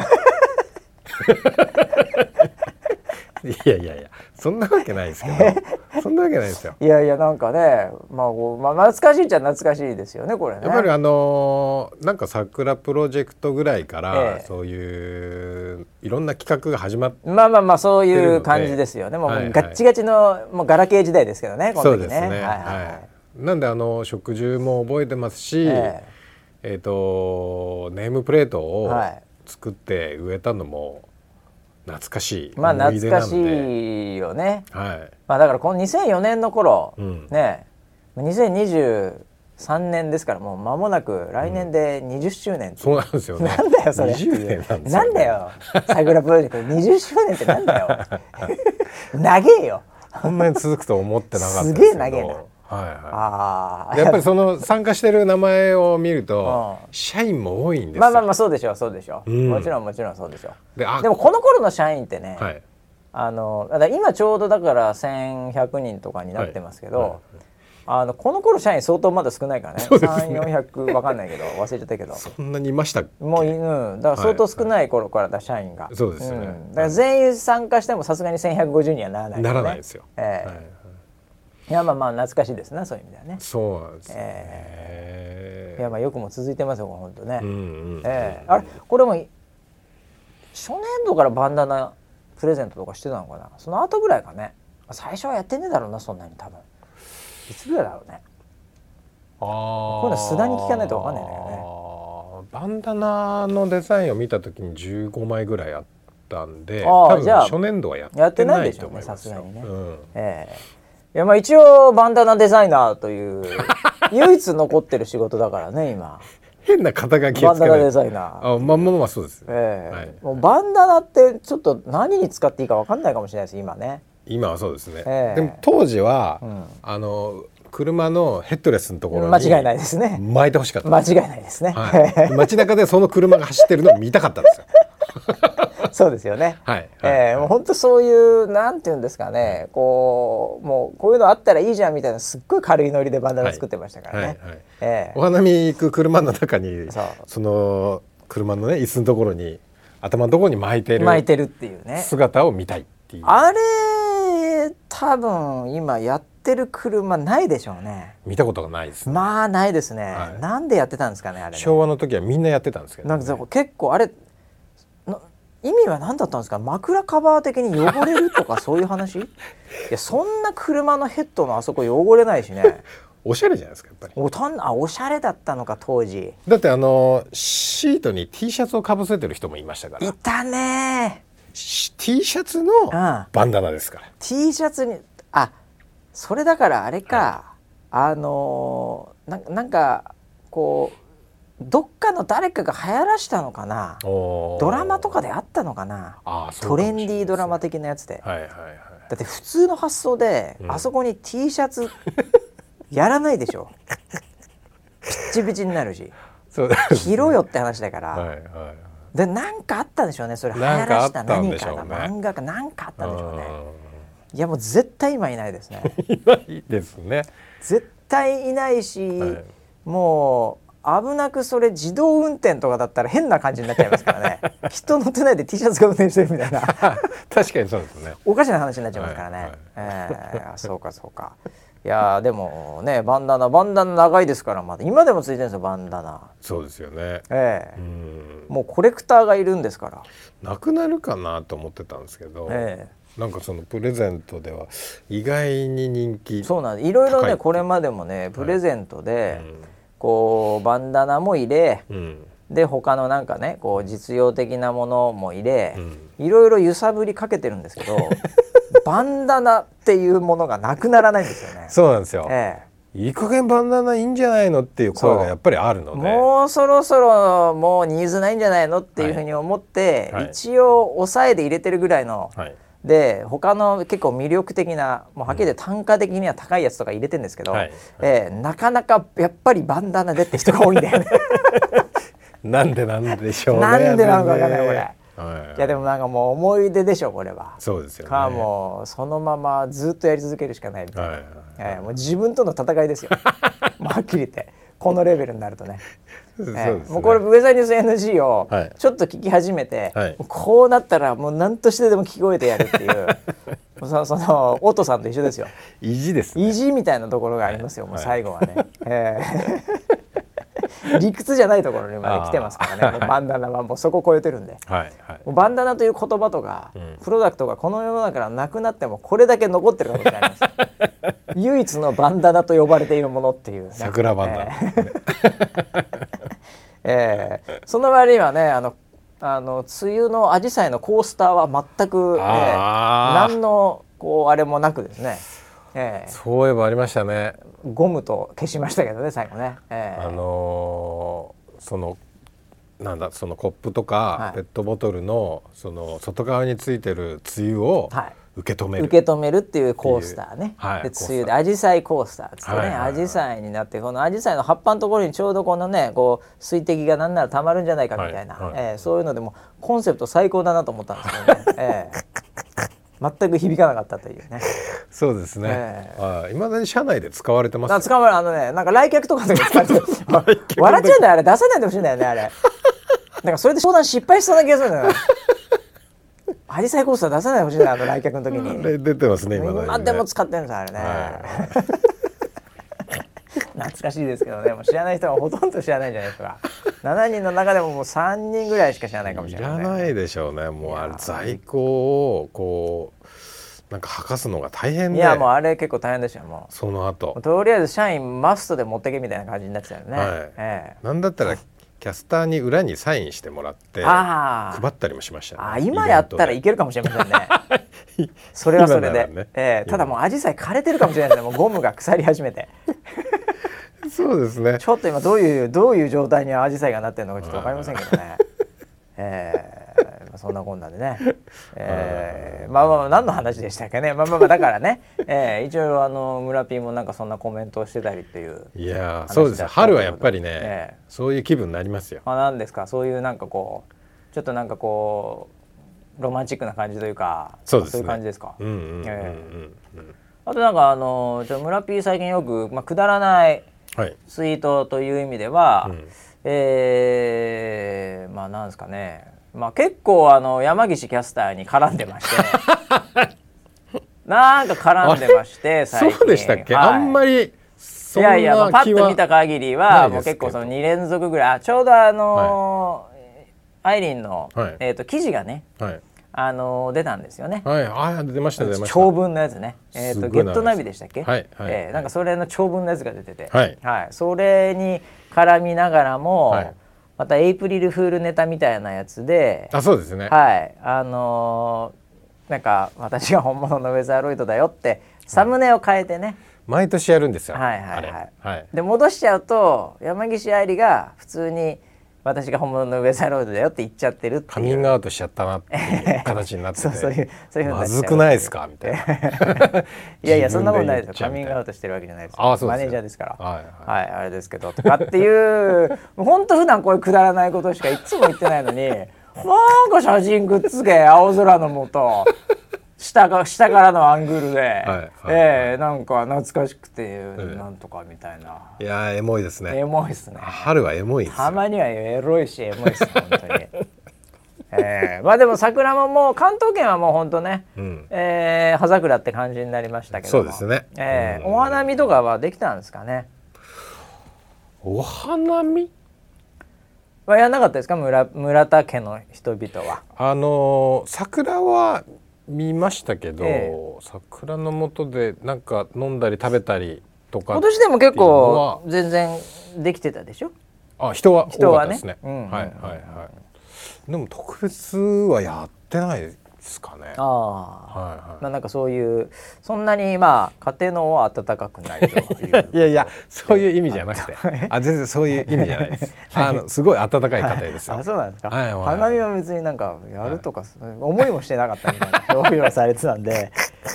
Speaker 2: いやいやいや、そんなわけないですけど、そんなわけないですよ。
Speaker 1: いやいやなんかね、まあ、こうまあ懐かしいっちゃ懐かしいですよねこれね
Speaker 2: やっぱりあのーなんか桜プロジェクトぐらいから、
Speaker 1: ええ
Speaker 2: そういういろんな企画が始まっ
Speaker 1: まあまあまあそう
Speaker 2: てる
Speaker 1: い
Speaker 2: の
Speaker 1: う
Speaker 2: で
Speaker 1: 感じですよねもう,、
Speaker 2: はいはい
Speaker 1: ガッチガチのもうガラケー時代ですけどねこ
Speaker 2: そ
Speaker 1: の
Speaker 2: う
Speaker 1: 時ね
Speaker 2: ですね。はい、なんであの食事も覚えてますし、
Speaker 1: え
Speaker 2: えっ、とネームプレートを
Speaker 1: はい
Speaker 2: 作って植えたのも懐かしい
Speaker 1: まあ
Speaker 2: 思い出
Speaker 1: 懐
Speaker 2: な
Speaker 1: か
Speaker 2: んで、
Speaker 1: しいよね
Speaker 2: はい。
Speaker 1: まあだからこの2004年の頃、
Speaker 2: うん
Speaker 1: ね2023年ですからもう間もなく来年で20周年、
Speaker 2: そうなんですよね。
Speaker 1: なんだよそれ
Speaker 2: 20年なんですよね
Speaker 1: なんだ。よ桜プロジェクト20周年ってなんだよ 長えよ
Speaker 2: こんなに続くと思ってなかったです
Speaker 1: すげえ長えな
Speaker 2: は
Speaker 1: あ
Speaker 2: いは
Speaker 1: あ
Speaker 2: い。やっぱりその参加してる名前を見ると
Speaker 1: う
Speaker 2: 社員も多いんですよ。
Speaker 1: まあまあまあそうでしょうそうでしょう、
Speaker 2: うん
Speaker 1: もちろんもちろんそうでしょう
Speaker 2: で、あ、
Speaker 1: でもこの頃の社員ってね、
Speaker 2: はい
Speaker 1: あのだから今ちょうどだから1100人とかになってますけど、
Speaker 2: はいはい
Speaker 1: あのこの頃社員相当まだ少ないからね
Speaker 2: そうです
Speaker 1: 3400わかんないけど忘れちゃったけど
Speaker 2: そんなにいました。
Speaker 1: もう、うん、だから相当少ない頃からだ、社員が。
Speaker 2: そうですよね
Speaker 1: んだから全員参加してもさすがに1150にはならない、
Speaker 2: ならないですよ。
Speaker 1: ええ
Speaker 2: はいはい
Speaker 1: いやまあまあ懐かしいですなそういう意味ではね。
Speaker 2: そうなんですね。
Speaker 1: え
Speaker 2: え
Speaker 1: いやまあよくも続いてますよ本当ね、
Speaker 2: うんうんうん
Speaker 1: ええあれこれも初年度からバンダナプレゼントとかしてたのかなその後ぐらいかね最初はやってねえだろうなそんなに多分いつぐらいだろうね
Speaker 2: こ
Speaker 1: こういうの素直に聞かないとわかんないんだよね
Speaker 2: バンダナのデザインを見た時に15枚ぐらいあったんで
Speaker 1: あー
Speaker 2: 多分
Speaker 1: じゃあ
Speaker 2: 初年度はや
Speaker 1: やっ
Speaker 2: ってて
Speaker 1: ない
Speaker 2: な
Speaker 1: で
Speaker 2: い
Speaker 1: し
Speaker 2: と
Speaker 1: ょう
Speaker 2: 思
Speaker 1: ね
Speaker 2: いますよ
Speaker 1: さすがにね
Speaker 2: うん
Speaker 1: ええいやまあ一応バンダナデザイナーと いう唯一残ってる仕事だからね今
Speaker 2: 変な肩書き
Speaker 1: バ
Speaker 2: を
Speaker 1: ン
Speaker 2: つけ
Speaker 1: ダ
Speaker 2: な
Speaker 1: ナ
Speaker 2: い
Speaker 1: デザイナー
Speaker 2: あまあまあまあそうです、
Speaker 1: ええ
Speaker 2: はい
Speaker 1: もうバンダナってちょっと何に使っていいかわかんないかもしれないです今ね
Speaker 2: 今はそうですね、
Speaker 1: ええ
Speaker 2: でも当時は、
Speaker 1: ん
Speaker 2: あの車のヘッドレスのところに
Speaker 1: 間違いないですね
Speaker 2: 巻いてほしかった
Speaker 1: 間違いないですね、
Speaker 2: はい、街中でその車が走ってるのを見たかったんですよ。
Speaker 1: そうですよね。
Speaker 2: はい
Speaker 1: ええ
Speaker 2: はい
Speaker 1: もう本当そういうなんていうんですかね、こうもうこういうのあったらいいじゃんみたいなすっごい軽いノリでバンダナ作ってましたからね。
Speaker 2: はいはい
Speaker 1: ええ
Speaker 2: お花見行く車の中に
Speaker 1: そう
Speaker 2: その車のね椅子のところに頭のところに巻いてる
Speaker 1: 巻いてるっていうね。
Speaker 2: 姿を見たいっていう
Speaker 1: あれ多分今やってる車ないでしょうね。
Speaker 2: 見たことがないですね。
Speaker 1: まあないですね。
Speaker 2: はい
Speaker 1: なんでやってたんですかねあれね。
Speaker 2: 昭和の時はみんなやってたんですけど、
Speaker 1: なんかさ結構あれな意味は何だったんですか枕カバー的に汚れるとかそういう 話いやそんな車のヘッドのあそこ汚れないしね。
Speaker 2: おしゃれじゃないですかやっぱり。
Speaker 1: おたんあおしゃれだったのか当時
Speaker 2: だってあのシートに T シャツをかぶせてる人もいましたか
Speaker 1: い
Speaker 2: ら
Speaker 1: たね
Speaker 2: し T シャツの
Speaker 1: ん
Speaker 2: バンダナですから。
Speaker 1: ー T シャツにあそれだからあれか、あのー、ななんかこうどっかの誰かが流行らしたのかな
Speaker 2: おー
Speaker 1: ドラマとかであったのかな
Speaker 2: あーそう
Speaker 1: ト
Speaker 2: かも
Speaker 1: レ
Speaker 2: しれ
Speaker 1: ン
Speaker 2: ない
Speaker 1: デ
Speaker 2: です
Speaker 1: ィードラマ的なやつで、
Speaker 2: はいはいはい。
Speaker 1: だって普通の発想で、
Speaker 2: うん
Speaker 1: あそこに T シャ ツやらないでしょピッチピチになる し
Speaker 2: そう
Speaker 1: 着ろよって話だから、
Speaker 2: はいはい。
Speaker 1: でなんかあったんでしょうねそれ流行
Speaker 2: なんからあ
Speaker 1: し
Speaker 2: ったたん
Speaker 1: 何
Speaker 2: でし
Speaker 1: か
Speaker 2: ょう
Speaker 1: が
Speaker 2: ね
Speaker 1: 漫画か何かあったんでしょうねいやもう絶対今いない ですね
Speaker 2: いないですね。
Speaker 1: 絶対いないし、
Speaker 2: はい
Speaker 1: もう危なくそれ自動運転とかだったら変な感じになっちゃいます からね人乗ってないで T シャツが運転してるみたいな
Speaker 2: あ確かにそうですね。
Speaker 1: おかしな話になっちゃいますからね、
Speaker 2: はいはい
Speaker 1: えーあそうかそうかいやーでもねバンダナバンダナ長いですからまだ今でもついてるんですよバンダナ
Speaker 2: そうですよね。
Speaker 1: ええ
Speaker 2: うん。
Speaker 1: もうコレクターがいるんですから
Speaker 2: なくなるかなと思ってたんですけど、
Speaker 1: え
Speaker 2: なんかそのプレゼントでは意外に人気。
Speaker 1: そうなんですいろいろ
Speaker 2: 高いっ
Speaker 1: ね
Speaker 2: て
Speaker 1: これまでもねプレゼントで、
Speaker 2: うん
Speaker 1: こうバンダナも入れ
Speaker 2: うん。
Speaker 1: で他のなんかねこう実用的なものも入れ
Speaker 2: う、ん。
Speaker 1: いろいろ揺さぶりかけてるんですけ どバンダナっていうものがなくならないんですよね。
Speaker 2: そうなんですよ。
Speaker 1: ええ
Speaker 2: いい加減バンダナいいんじゃないのっていう声がやっぱりあるので。
Speaker 1: もうそろそろもうニーズないんじゃないのっていうふうに思って、
Speaker 2: はいはい
Speaker 1: 一応抑えで入れてるぐらいの、
Speaker 2: はい。
Speaker 1: で他の結構魅力的なもうはっきり言って単価的には高いやつとか入れてるんですけど、
Speaker 2: はい
Speaker 1: ええなかなかやっぱりバンダナでって人が多いんだよ ね。
Speaker 2: なんでなんでしょうね。
Speaker 1: なんでなんかわかんないこれ
Speaker 2: はい。
Speaker 1: いやでもなんかもう思い出でしょこれは。
Speaker 2: そうですよね。
Speaker 1: かもうそのままずっとやり続けるしかないみたいな、
Speaker 2: はいはい
Speaker 1: ええもう自分との戦い ですよもうはっきり言ってこのレベルになるとね。
Speaker 2: そうです
Speaker 1: ええ
Speaker 2: ね。
Speaker 1: もうこれウェザーニュース NG を
Speaker 2: はい
Speaker 1: ちょっと聞き始めて、
Speaker 2: はい
Speaker 1: こうなったらもう何としてでも聞こえてやるっていうも うそのそのオトさんと一緒ですよ
Speaker 2: 意地ですね。
Speaker 1: 意地みたいなところがありますよ、もう
Speaker 2: はい
Speaker 1: 最後はね、ええ 理屈じゃないところにまで来てますからねもうバンダナはもうそこ超えてるんで。
Speaker 2: はいはい。
Speaker 1: もうバンダナという言葉とか、プロダクトがこの世の中からなくなってもこれだけ残ってる可能性あります 唯一のバンダナと呼ばれているものっていうね、
Speaker 2: 桜バンダ
Speaker 1: え
Speaker 2: ナ
Speaker 1: え。ええその割にはねあのあの梅雨のアジサイのコースターは全く、ええ
Speaker 2: あー
Speaker 1: 何のこうあれもなくですね、ええ
Speaker 2: そういえばありまし たね。
Speaker 1: ゴムと消しましたけどね最後ね、ええ
Speaker 2: あのーそのなんだそのコップと
Speaker 1: は
Speaker 2: か
Speaker 1: い
Speaker 2: ペットボトルのその外側についてる梅雨を
Speaker 1: はい
Speaker 2: 受け止める。
Speaker 1: 受け止めるっていうコースターね、
Speaker 2: はい
Speaker 1: で
Speaker 2: コースター
Speaker 1: 梅雨でアジサイコースターっつってね、
Speaker 2: はいはいはい
Speaker 1: アジサイになってこのアジサイの葉っぱのところにちょうどこのねこう水滴がなんならたまるんじゃないかみたいな、
Speaker 2: はいはい
Speaker 1: えーそういうのでもコンセプト最高だなと思ったんですけどね、えー全く響かなかったというね。
Speaker 2: そうですね。
Speaker 1: え
Speaker 2: はい。まだに社内で使われてま
Speaker 1: な
Speaker 2: すよ。
Speaker 1: 捕まるあのねなんか来客とかの時に使ってる笑っちゃうんだよあれ出さないでほしいんだよねあれなんかそれで商談失敗しそうな気がするんだよねアジサイコースター出さないでほしいんだよあの来客の時に
Speaker 2: あれ出てますね今だにね。
Speaker 1: 今でも使ってるんですあれね、
Speaker 2: は
Speaker 1: 懐かしいですけどねもう知らない人はほとんど知らないんじゃないですか7人の中でももう3人ぐらいしか知らないかもし
Speaker 2: い
Speaker 1: れない
Speaker 2: ら
Speaker 1: ね、
Speaker 2: ないでしょうねもうあ
Speaker 1: い
Speaker 2: れ
Speaker 1: や
Speaker 2: 在庫をこうなんか吐かすのが大変
Speaker 1: い
Speaker 2: で
Speaker 1: やもうあれ結構大変でしたよも
Speaker 2: その後
Speaker 1: うとりあえず社員マストで持ってけみたいな感じになってたよね、
Speaker 2: はい
Speaker 1: え
Speaker 2: なんだったらキャスターに裏にサインしてもらって
Speaker 1: え
Speaker 2: 配
Speaker 1: あー
Speaker 2: ったりもしましたね
Speaker 1: あ今やったらい
Speaker 2: イ
Speaker 1: けるかもしれませんね それはそれ
Speaker 2: 今な
Speaker 1: で、
Speaker 2: らね
Speaker 1: ええただもうアジサイ枯れてるかもしれないですねもうゴムが腐り始めて
Speaker 2: ベントでそうですね
Speaker 1: ちょっと今どういうどういう状態にアジサイがなってるのかちょっとわかりませんけど ね。えーまあそんなこんなでね、えーまあまあまあ何の話でしたっけね、まあまあまあだからね、えー一応あの村ピーもなんかそんなコメントをしてたりっていう、
Speaker 2: いや
Speaker 1: 話
Speaker 2: ーそうです
Speaker 1: だったということ
Speaker 2: ね春はやっぱりね、
Speaker 1: ええ
Speaker 2: そういう気分になりますよ
Speaker 1: まあなんですかそういうなんかこうちょっとなんかこうロマンチックな感じというか、
Speaker 2: そうですね
Speaker 1: いう感じですか。
Speaker 2: うんうんうんうん、
Speaker 1: えあとなんかあのちょ村ピー最近よくまあくだらない
Speaker 2: はい
Speaker 1: ツイートという意味では、
Speaker 2: うん
Speaker 1: えーまあなんですかね、まあ、結構あの山岸キャスターに絡んでま してなんか絡んでまして最近
Speaker 2: そうでしたっけ、あんま
Speaker 1: り
Speaker 2: りそ
Speaker 1: い
Speaker 2: んな気は
Speaker 1: やいや、まあ、パッと見た限り
Speaker 2: な
Speaker 1: はいも
Speaker 2: で
Speaker 1: う
Speaker 2: すけ
Speaker 1: 結
Speaker 2: ど
Speaker 1: 構その2連続ぐらいあちょうどあのーアイリンの、
Speaker 2: はい
Speaker 1: えー、と記事がね、
Speaker 2: はい
Speaker 1: あのー出たんですよね。
Speaker 2: はいあー出ました出ました
Speaker 1: 長文のやつね、えー、
Speaker 2: す
Speaker 1: とゲ
Speaker 2: ごい長い
Speaker 1: ッ
Speaker 2: です
Speaker 1: トナビでしたっけ、
Speaker 2: はいはい
Speaker 1: えーなんかそれの長文のやつが出てて、
Speaker 2: はい
Speaker 1: それに絡みながらも、
Speaker 2: はい
Speaker 1: またエイプリルフールネタみたいなやつで、
Speaker 2: あそうですね、
Speaker 1: はいあのーなんか私が本物のウェザーロイドだよってサムネを変えてね、
Speaker 2: 毎年やるんですよ
Speaker 1: はいはいはい
Speaker 2: あれはい
Speaker 1: で戻しちゃうと山岸愛理が普通に私が本物のウェザーロイドだよって言っちゃってるって
Speaker 2: カ
Speaker 1: いう
Speaker 2: ミングアウトしちゃったなっていう形になって て
Speaker 1: そうそういうそういうふうになっちゃう
Speaker 2: まずくないですかみたいな
Speaker 1: いやいやそんなことないですよカミ
Speaker 2: 自分で
Speaker 1: ン
Speaker 2: 言っちゃうみたいな
Speaker 1: グアウトしてるわけじゃないですよ
Speaker 2: あそうで
Speaker 1: マ
Speaker 2: すよ
Speaker 1: ネージャーですから
Speaker 2: はい
Speaker 1: はい、あれですけどとかっていう本当普段こういうくだらないことしかいつも言ってないの になんか写真くっつけ青空のもと下が下からのアングルで、
Speaker 2: はい
Speaker 1: えーなんか懐かしくて、
Speaker 2: え
Speaker 1: なんとかみたいない
Speaker 2: やーエモいです
Speaker 1: エ
Speaker 2: ね
Speaker 1: モいっすね
Speaker 2: 春はエモいんです
Speaker 1: た
Speaker 2: よ
Speaker 1: まにはエロいしエモいっす本 当に。えーまあでも桜ももう関東圏はもう本当ね、
Speaker 2: うん
Speaker 1: えー葉桜って感じになりましたけども
Speaker 2: そうですね
Speaker 1: えー
Speaker 2: うん
Speaker 1: お花見とかはできたんですかね
Speaker 2: お花見
Speaker 1: はやらなかったですか村村田家の人々は。
Speaker 2: あのー桜は見ましたけど、
Speaker 1: え
Speaker 2: 桜の下でなんか飲んだり食べたりとか
Speaker 1: 今年でも結構全然できてたでしょ
Speaker 2: あ人は
Speaker 1: 人
Speaker 2: 多か
Speaker 1: は
Speaker 2: った
Speaker 1: ね
Speaker 2: ですね
Speaker 1: うん
Speaker 2: はいはいはいでも特別はやってないですかね
Speaker 1: ああ、
Speaker 2: はいはい
Speaker 1: まあなんかそういうそんなにまあ家庭の方は温かくないという
Speaker 2: いやいやそういう意味じゃなくてあ全然そういう意味じゃない ですあのすごい温かい方ですよ
Speaker 1: あそうなんですか、
Speaker 2: はいはいはい
Speaker 1: 花見は別になんかやるとか、思いもしてなかったみたいな 表現をされてたんで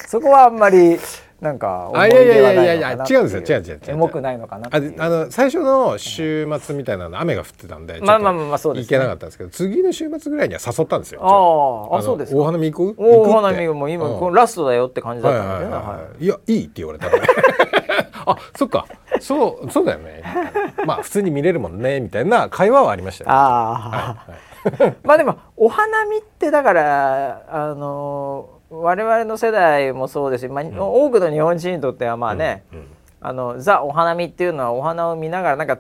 Speaker 1: そこはあんまりなんか思い出はないのかなって
Speaker 2: あいやいやいやいや違うんですよ違う違う違う違う
Speaker 1: エモくないのかなって
Speaker 2: あ
Speaker 1: い
Speaker 2: で
Speaker 1: う
Speaker 2: あの最初の週末みたいなの雨が降ってたんで
Speaker 1: まあまあまあまあそうですね
Speaker 2: 行けなかったんですけど次の週末ぐらいには誘ったんですよ
Speaker 1: あ
Speaker 2: 一応
Speaker 1: ああそうです
Speaker 2: の
Speaker 1: か
Speaker 2: お花見行く
Speaker 1: おお
Speaker 2: 行くっ
Speaker 1: 花
Speaker 2: て
Speaker 1: 見も今、
Speaker 2: うん
Speaker 1: このラストだよって感じだっ
Speaker 2: はい
Speaker 1: た
Speaker 2: はい
Speaker 1: ん
Speaker 2: は
Speaker 1: です
Speaker 2: い
Speaker 1: ね、
Speaker 2: はい、いやいいって言われたから あそっかそうそうだよねまあ普通に見れるもんねみたいな会話はありましたよ、
Speaker 1: ああ、まあでもお花見ってだからあの我々の世代もそうですし、まあ多くの日本人にとってはまあね、あのザお花見っていうのはお花を見ながらなんか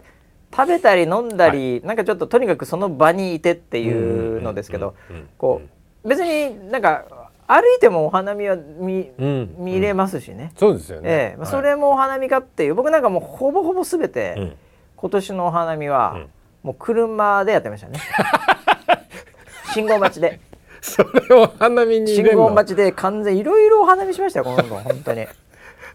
Speaker 1: 食べたり飲んだり、なんかちょっととにかくその場にいてっていうのですけど
Speaker 2: うんうんうんうん
Speaker 1: こう別になんか歩いてもお花見は見,、
Speaker 2: うん
Speaker 1: 見れますしね。
Speaker 2: そうですよね、
Speaker 1: ええまあ、それもお花見かっていう、僕なんかもうほぼほぼ全て、
Speaker 2: うん
Speaker 1: 今年のお花見は、
Speaker 2: うん
Speaker 1: もう車でやってま したね信号待ちで
Speaker 2: それを花見に入
Speaker 1: 信
Speaker 2: れる
Speaker 1: 号
Speaker 2: の
Speaker 1: 待ちで完全いろいろお花見しましたよこの 子本当に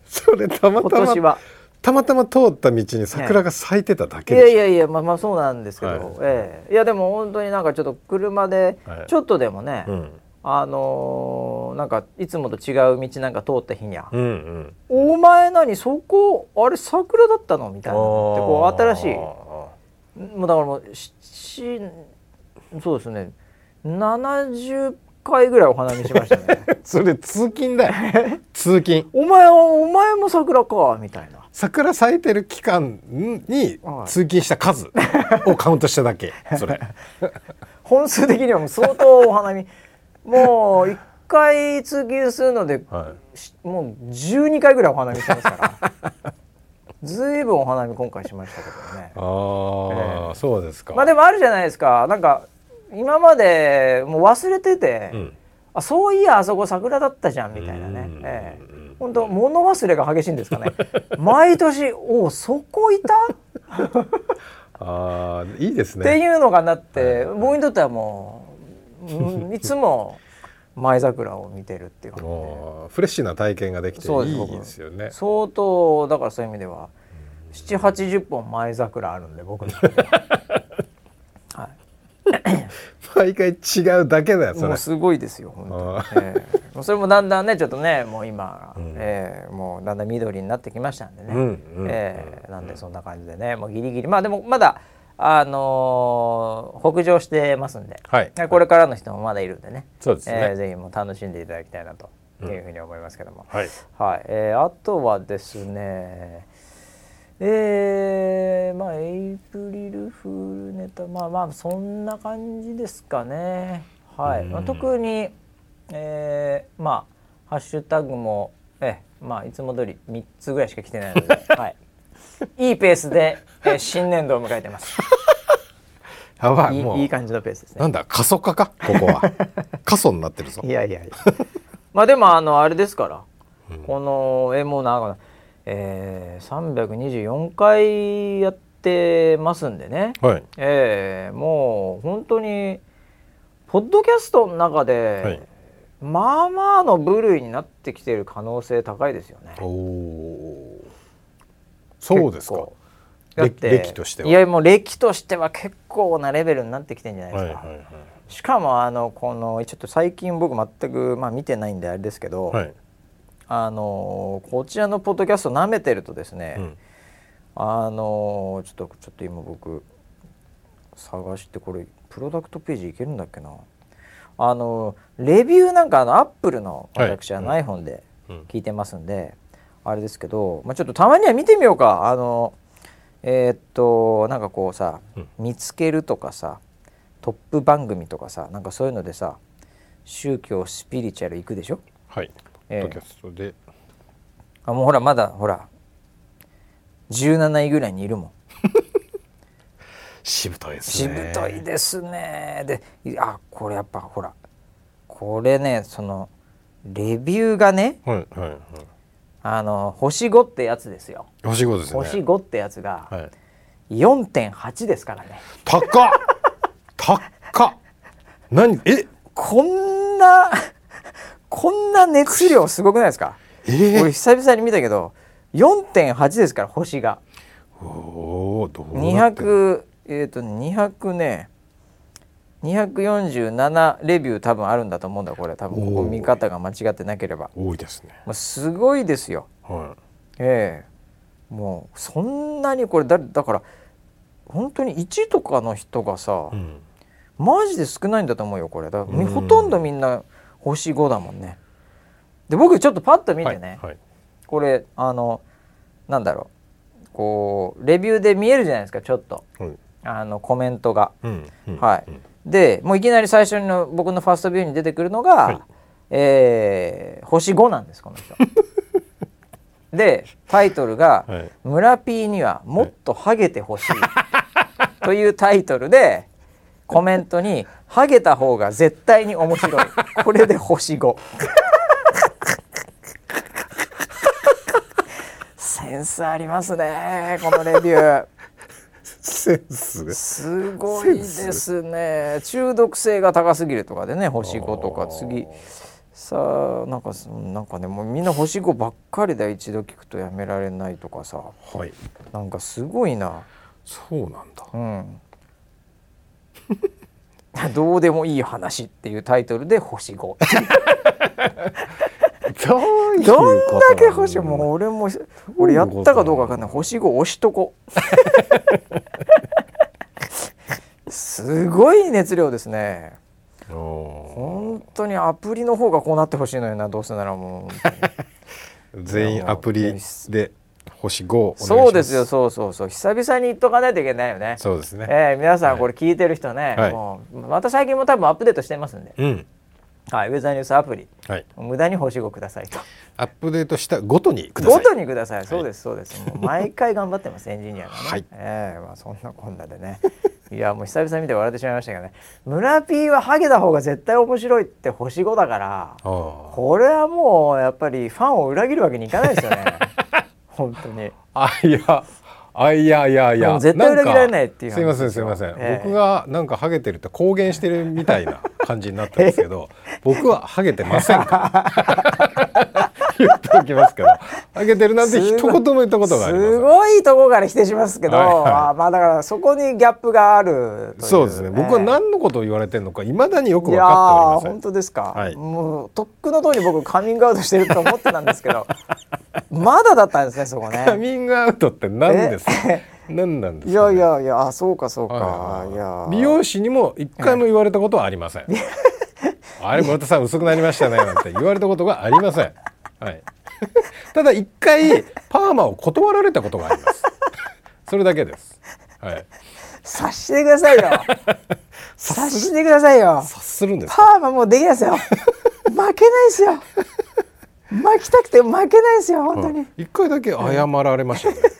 Speaker 2: それたま
Speaker 1: 今
Speaker 2: た
Speaker 1: 年
Speaker 2: ま
Speaker 1: は
Speaker 2: たまたま通った道に桜が咲いてただ
Speaker 1: い
Speaker 2: けでし
Speaker 1: や
Speaker 2: ょ
Speaker 1: いやいやまあまあそうなんですけど、
Speaker 2: はい
Speaker 1: ええいやでも本当になんかちょっと車で
Speaker 2: はい
Speaker 1: ちょっとでもね、
Speaker 2: うん
Speaker 1: あのーなんかいつもと違う道なんか通った日にゃ、
Speaker 2: うんうん
Speaker 1: お前何そこあれ桜だったのみたいなのってこう新しい
Speaker 2: い
Speaker 1: もうだからもうししそうですね70回ぐらいお花見しましたね
Speaker 2: それ通勤だよ通勤
Speaker 1: お前はお前も桜かみたいな
Speaker 2: 桜咲いてる期間に
Speaker 1: はい
Speaker 2: 通勤した数をカウントした だけそれ
Speaker 1: 本数的にはもう相当お花見もう1回通勤するので、
Speaker 2: は
Speaker 1: しもう12回ぐらいお花見してますからずいぶんお花見今回しましたけどね
Speaker 2: ああ、そうですか。
Speaker 1: まあでもあるじゃないですかなんか今までもう忘れてて、
Speaker 2: うん、
Speaker 1: あそういやあそこ桜だったじゃんみたいなね
Speaker 2: うん、
Speaker 1: ええ、本当物忘れが激しいんです かね毎年おそこいたっ
Speaker 2: ああ、いいです
Speaker 1: て
Speaker 2: ね。
Speaker 1: いうのがなって、僕にとってはもう、う んいつも前桜を見てるっていう感じで
Speaker 2: もうフレッシュな体験ができてい
Speaker 1: そうです
Speaker 2: い
Speaker 1: 僕
Speaker 2: ですよね。
Speaker 1: 相当だからそういう意味では7 8 0本前桜あるんで僕に は
Speaker 2: 毎回違うだけだよ
Speaker 1: い、
Speaker 2: そ
Speaker 1: も
Speaker 2: れ
Speaker 1: う。すごいですよ本当に
Speaker 2: あー
Speaker 1: ええもうそれもだんだんねちょっとねもう今、
Speaker 2: ん
Speaker 1: ええもうだんだん緑になってきましたんでね、
Speaker 2: うんうん
Speaker 1: ええなんでそんな感じでねもうギリギリまあでもまだあのー北上してますんで、
Speaker 2: はい
Speaker 1: えこれからの人もまだいるんでね
Speaker 2: そうですね
Speaker 1: ええぜひもう楽しんでいただきたいなというふうに思いますけども、
Speaker 2: はい。
Speaker 1: はい、えーあとはですねえー、まあエイプリルフールネタまあまあそんな感じですかねはい、
Speaker 2: うん
Speaker 1: まあ、特にえーまあハッシュタグもえーまあいつも通り3つぐらいしか来てないの で、はい、いいペースで、えー新年度を迎えてます
Speaker 2: やば
Speaker 1: い
Speaker 2: い、もう
Speaker 1: いいい感じのペースですね
Speaker 2: なんだ、過疎化か、ここ は。過疎になってるぞ
Speaker 1: い。やいやいや。 まあでもあのあれですから。このえもうなんかえー、324回やってますんでね。
Speaker 2: はい。
Speaker 1: えーもう本当にポッドキャストの中で、
Speaker 2: はい
Speaker 1: まあまあの部類になってきてる可能性高いですよね。
Speaker 2: おお。そうですか
Speaker 1: 結。構。だって
Speaker 2: 歴歴としてはい
Speaker 1: やもう歴としては結構なレベルになってきてんじゃないで
Speaker 2: はい
Speaker 1: す
Speaker 2: はい
Speaker 1: か。
Speaker 2: は
Speaker 1: しかもあのこのちょっと最近僕全くまあ見てないんであれですけど、
Speaker 2: い。はい。
Speaker 1: あのーこちらのポッドキャスト舐めてるとですね、
Speaker 2: うん。
Speaker 1: あのーちょっとちょっと今僕探してこれプロダクトページいけるんだっけなあのーレビューなんかあのアップルの
Speaker 2: はい
Speaker 1: 私は iPhone で
Speaker 2: うん
Speaker 1: 聞いてますんで、あれですけど、まあ、ちょっとたまには見てみようかあのえーっとなんかこうさ、
Speaker 2: うん
Speaker 1: 見つけるとかさトップ番組とかさなんかそういうのでさ宗教スピリチュアル行くでしょ
Speaker 2: はい。ポ
Speaker 1: ええ
Speaker 2: ッドキャストで。
Speaker 1: あもうほらまだほら17位ぐらいにいるもん
Speaker 2: しぶといです
Speaker 1: しぶ
Speaker 2: ね。
Speaker 1: とい。ですねでいあこれやっぱほらこれねそのレビューがね
Speaker 2: はいはいはい。
Speaker 1: あの星5ってやつですよ
Speaker 2: 星五ですね。
Speaker 1: 星5ってやつが
Speaker 2: はい。
Speaker 1: 4.8ですからね
Speaker 2: 高っ 高っ何え
Speaker 1: こんな こんな熱量すごくないですか
Speaker 2: え
Speaker 1: 俺久々に見たけど4.8ですから星が。
Speaker 2: おおどう
Speaker 1: 二
Speaker 2: なってる
Speaker 1: 百えっ、と二百ね。247レビュー多分あるんだと思うんだこれ多分ここ
Speaker 2: おー
Speaker 1: 見方が間違ってなければ
Speaker 2: 多いですね
Speaker 1: もうすごいですよ
Speaker 2: は
Speaker 1: ええもうそんなにこれだだから本当に1とかの人がさ、
Speaker 2: い、うん、
Speaker 1: マジで少ないんだと思うよこれだからみ
Speaker 2: うん
Speaker 1: ほとんどみんな星5だもんねで僕ちょっとパッと見てね、
Speaker 2: はいはい
Speaker 1: これあのなんだろうこうレビューで見えるじゃないですかちょっと
Speaker 2: はい
Speaker 1: あのコメントが
Speaker 2: うんうん
Speaker 1: はい
Speaker 2: うん
Speaker 1: でもういきなり最初の僕のファーストビューに出てくるのが、
Speaker 2: はい
Speaker 1: えー星5なんですこの 人でタイトルが「
Speaker 2: はい
Speaker 1: 村 P にはもっとハゲてほしい」というタイトルでコメントに「ハゲた方が絶対に面白い」これで星5 センスありますねこのレビュー。
Speaker 2: センスが
Speaker 1: すごいですね中毒性が高すぎるとかでね星5とか次さあなんかそなんかねもうみんな星5ばっかりで一度聞くとやめられないとかさ
Speaker 2: はい
Speaker 1: なんかすごいな
Speaker 2: そうなんだ
Speaker 1: うん どうでもいい話っていうタイトルで星5
Speaker 2: どういう
Speaker 1: どんだけ星
Speaker 2: も
Speaker 1: もう俺も俺やったかどうかわかんない星5押しと こすごい熱量ですね本当にアプリの方がこうなってほしいのよなどうせなら もう
Speaker 2: 全員アプリで星5お願いします
Speaker 1: そうですよそうそうそう久々に言っとかないといけないよね
Speaker 2: そうですね
Speaker 1: ええ皆さんこれ聞いてる人ね、
Speaker 2: はい
Speaker 1: もうまた最近も多分アップデートしてますんで、
Speaker 2: うん
Speaker 1: はい、ウェザーニュースアプリ
Speaker 2: はい、
Speaker 1: 無駄に星5くださいと
Speaker 2: アップデートしたごとにくださ
Speaker 1: ご
Speaker 2: い
Speaker 1: とにくださいそうですそうです、もう毎回頑張ってますエンジニアがね、
Speaker 2: はい
Speaker 1: ええまあ、そんなこんなでねいやもう久々に見て笑ってしまいましたけどね村 P はハゲた方が絶対面白いって星5だから
Speaker 2: あ
Speaker 1: これはもうやっぱりファンを裏切るわけにいかないですよ ね本当に
Speaker 2: ああいやあいやいやい
Speaker 1: も
Speaker 2: や
Speaker 1: う絶対裏切られないっていうん
Speaker 2: かすいませんすいません、
Speaker 1: ええ
Speaker 2: 僕がなんかハゲてるって公言してるみたいな感じになったんですけ ど、僕はハゲてませんから 言っておきますけどハゲてるなんて一言も言ったことがありますせん
Speaker 1: ごいとこから否定しますけど、
Speaker 2: はいはい
Speaker 1: あーまあだからそこにギャップがあるという、
Speaker 2: そうですね。僕は
Speaker 1: ええ
Speaker 2: 何のことを言われてるのか、いまだによ
Speaker 1: い
Speaker 2: く分
Speaker 1: や
Speaker 2: か
Speaker 1: ー
Speaker 2: っており
Speaker 1: 本
Speaker 2: ません。
Speaker 1: 当ですか、
Speaker 2: はい
Speaker 1: もうとっくの通り僕カミングアウトしてると思ってたんですけ どまだだったんですねそこ
Speaker 2: カ
Speaker 1: ね
Speaker 2: ミングアウトって何ですか。何なんです
Speaker 1: いや
Speaker 2: かね、
Speaker 1: いやいやあそうかそうか、
Speaker 2: はい
Speaker 1: いやー
Speaker 2: 美容師にも一回も言われたことはありません。 あれ、村田さん薄くなりましたねなんて言われたことがありません。はい。ただ一回パーマを断られたことがあります。それだけです。はい。
Speaker 1: 察してくだ さいよ察してくださいよ
Speaker 2: 察するんですか。
Speaker 1: パーマもうできないです よ負けないですよ巻きたくて負けないですよ本当に、
Speaker 2: はい一回だけ謝られましたね。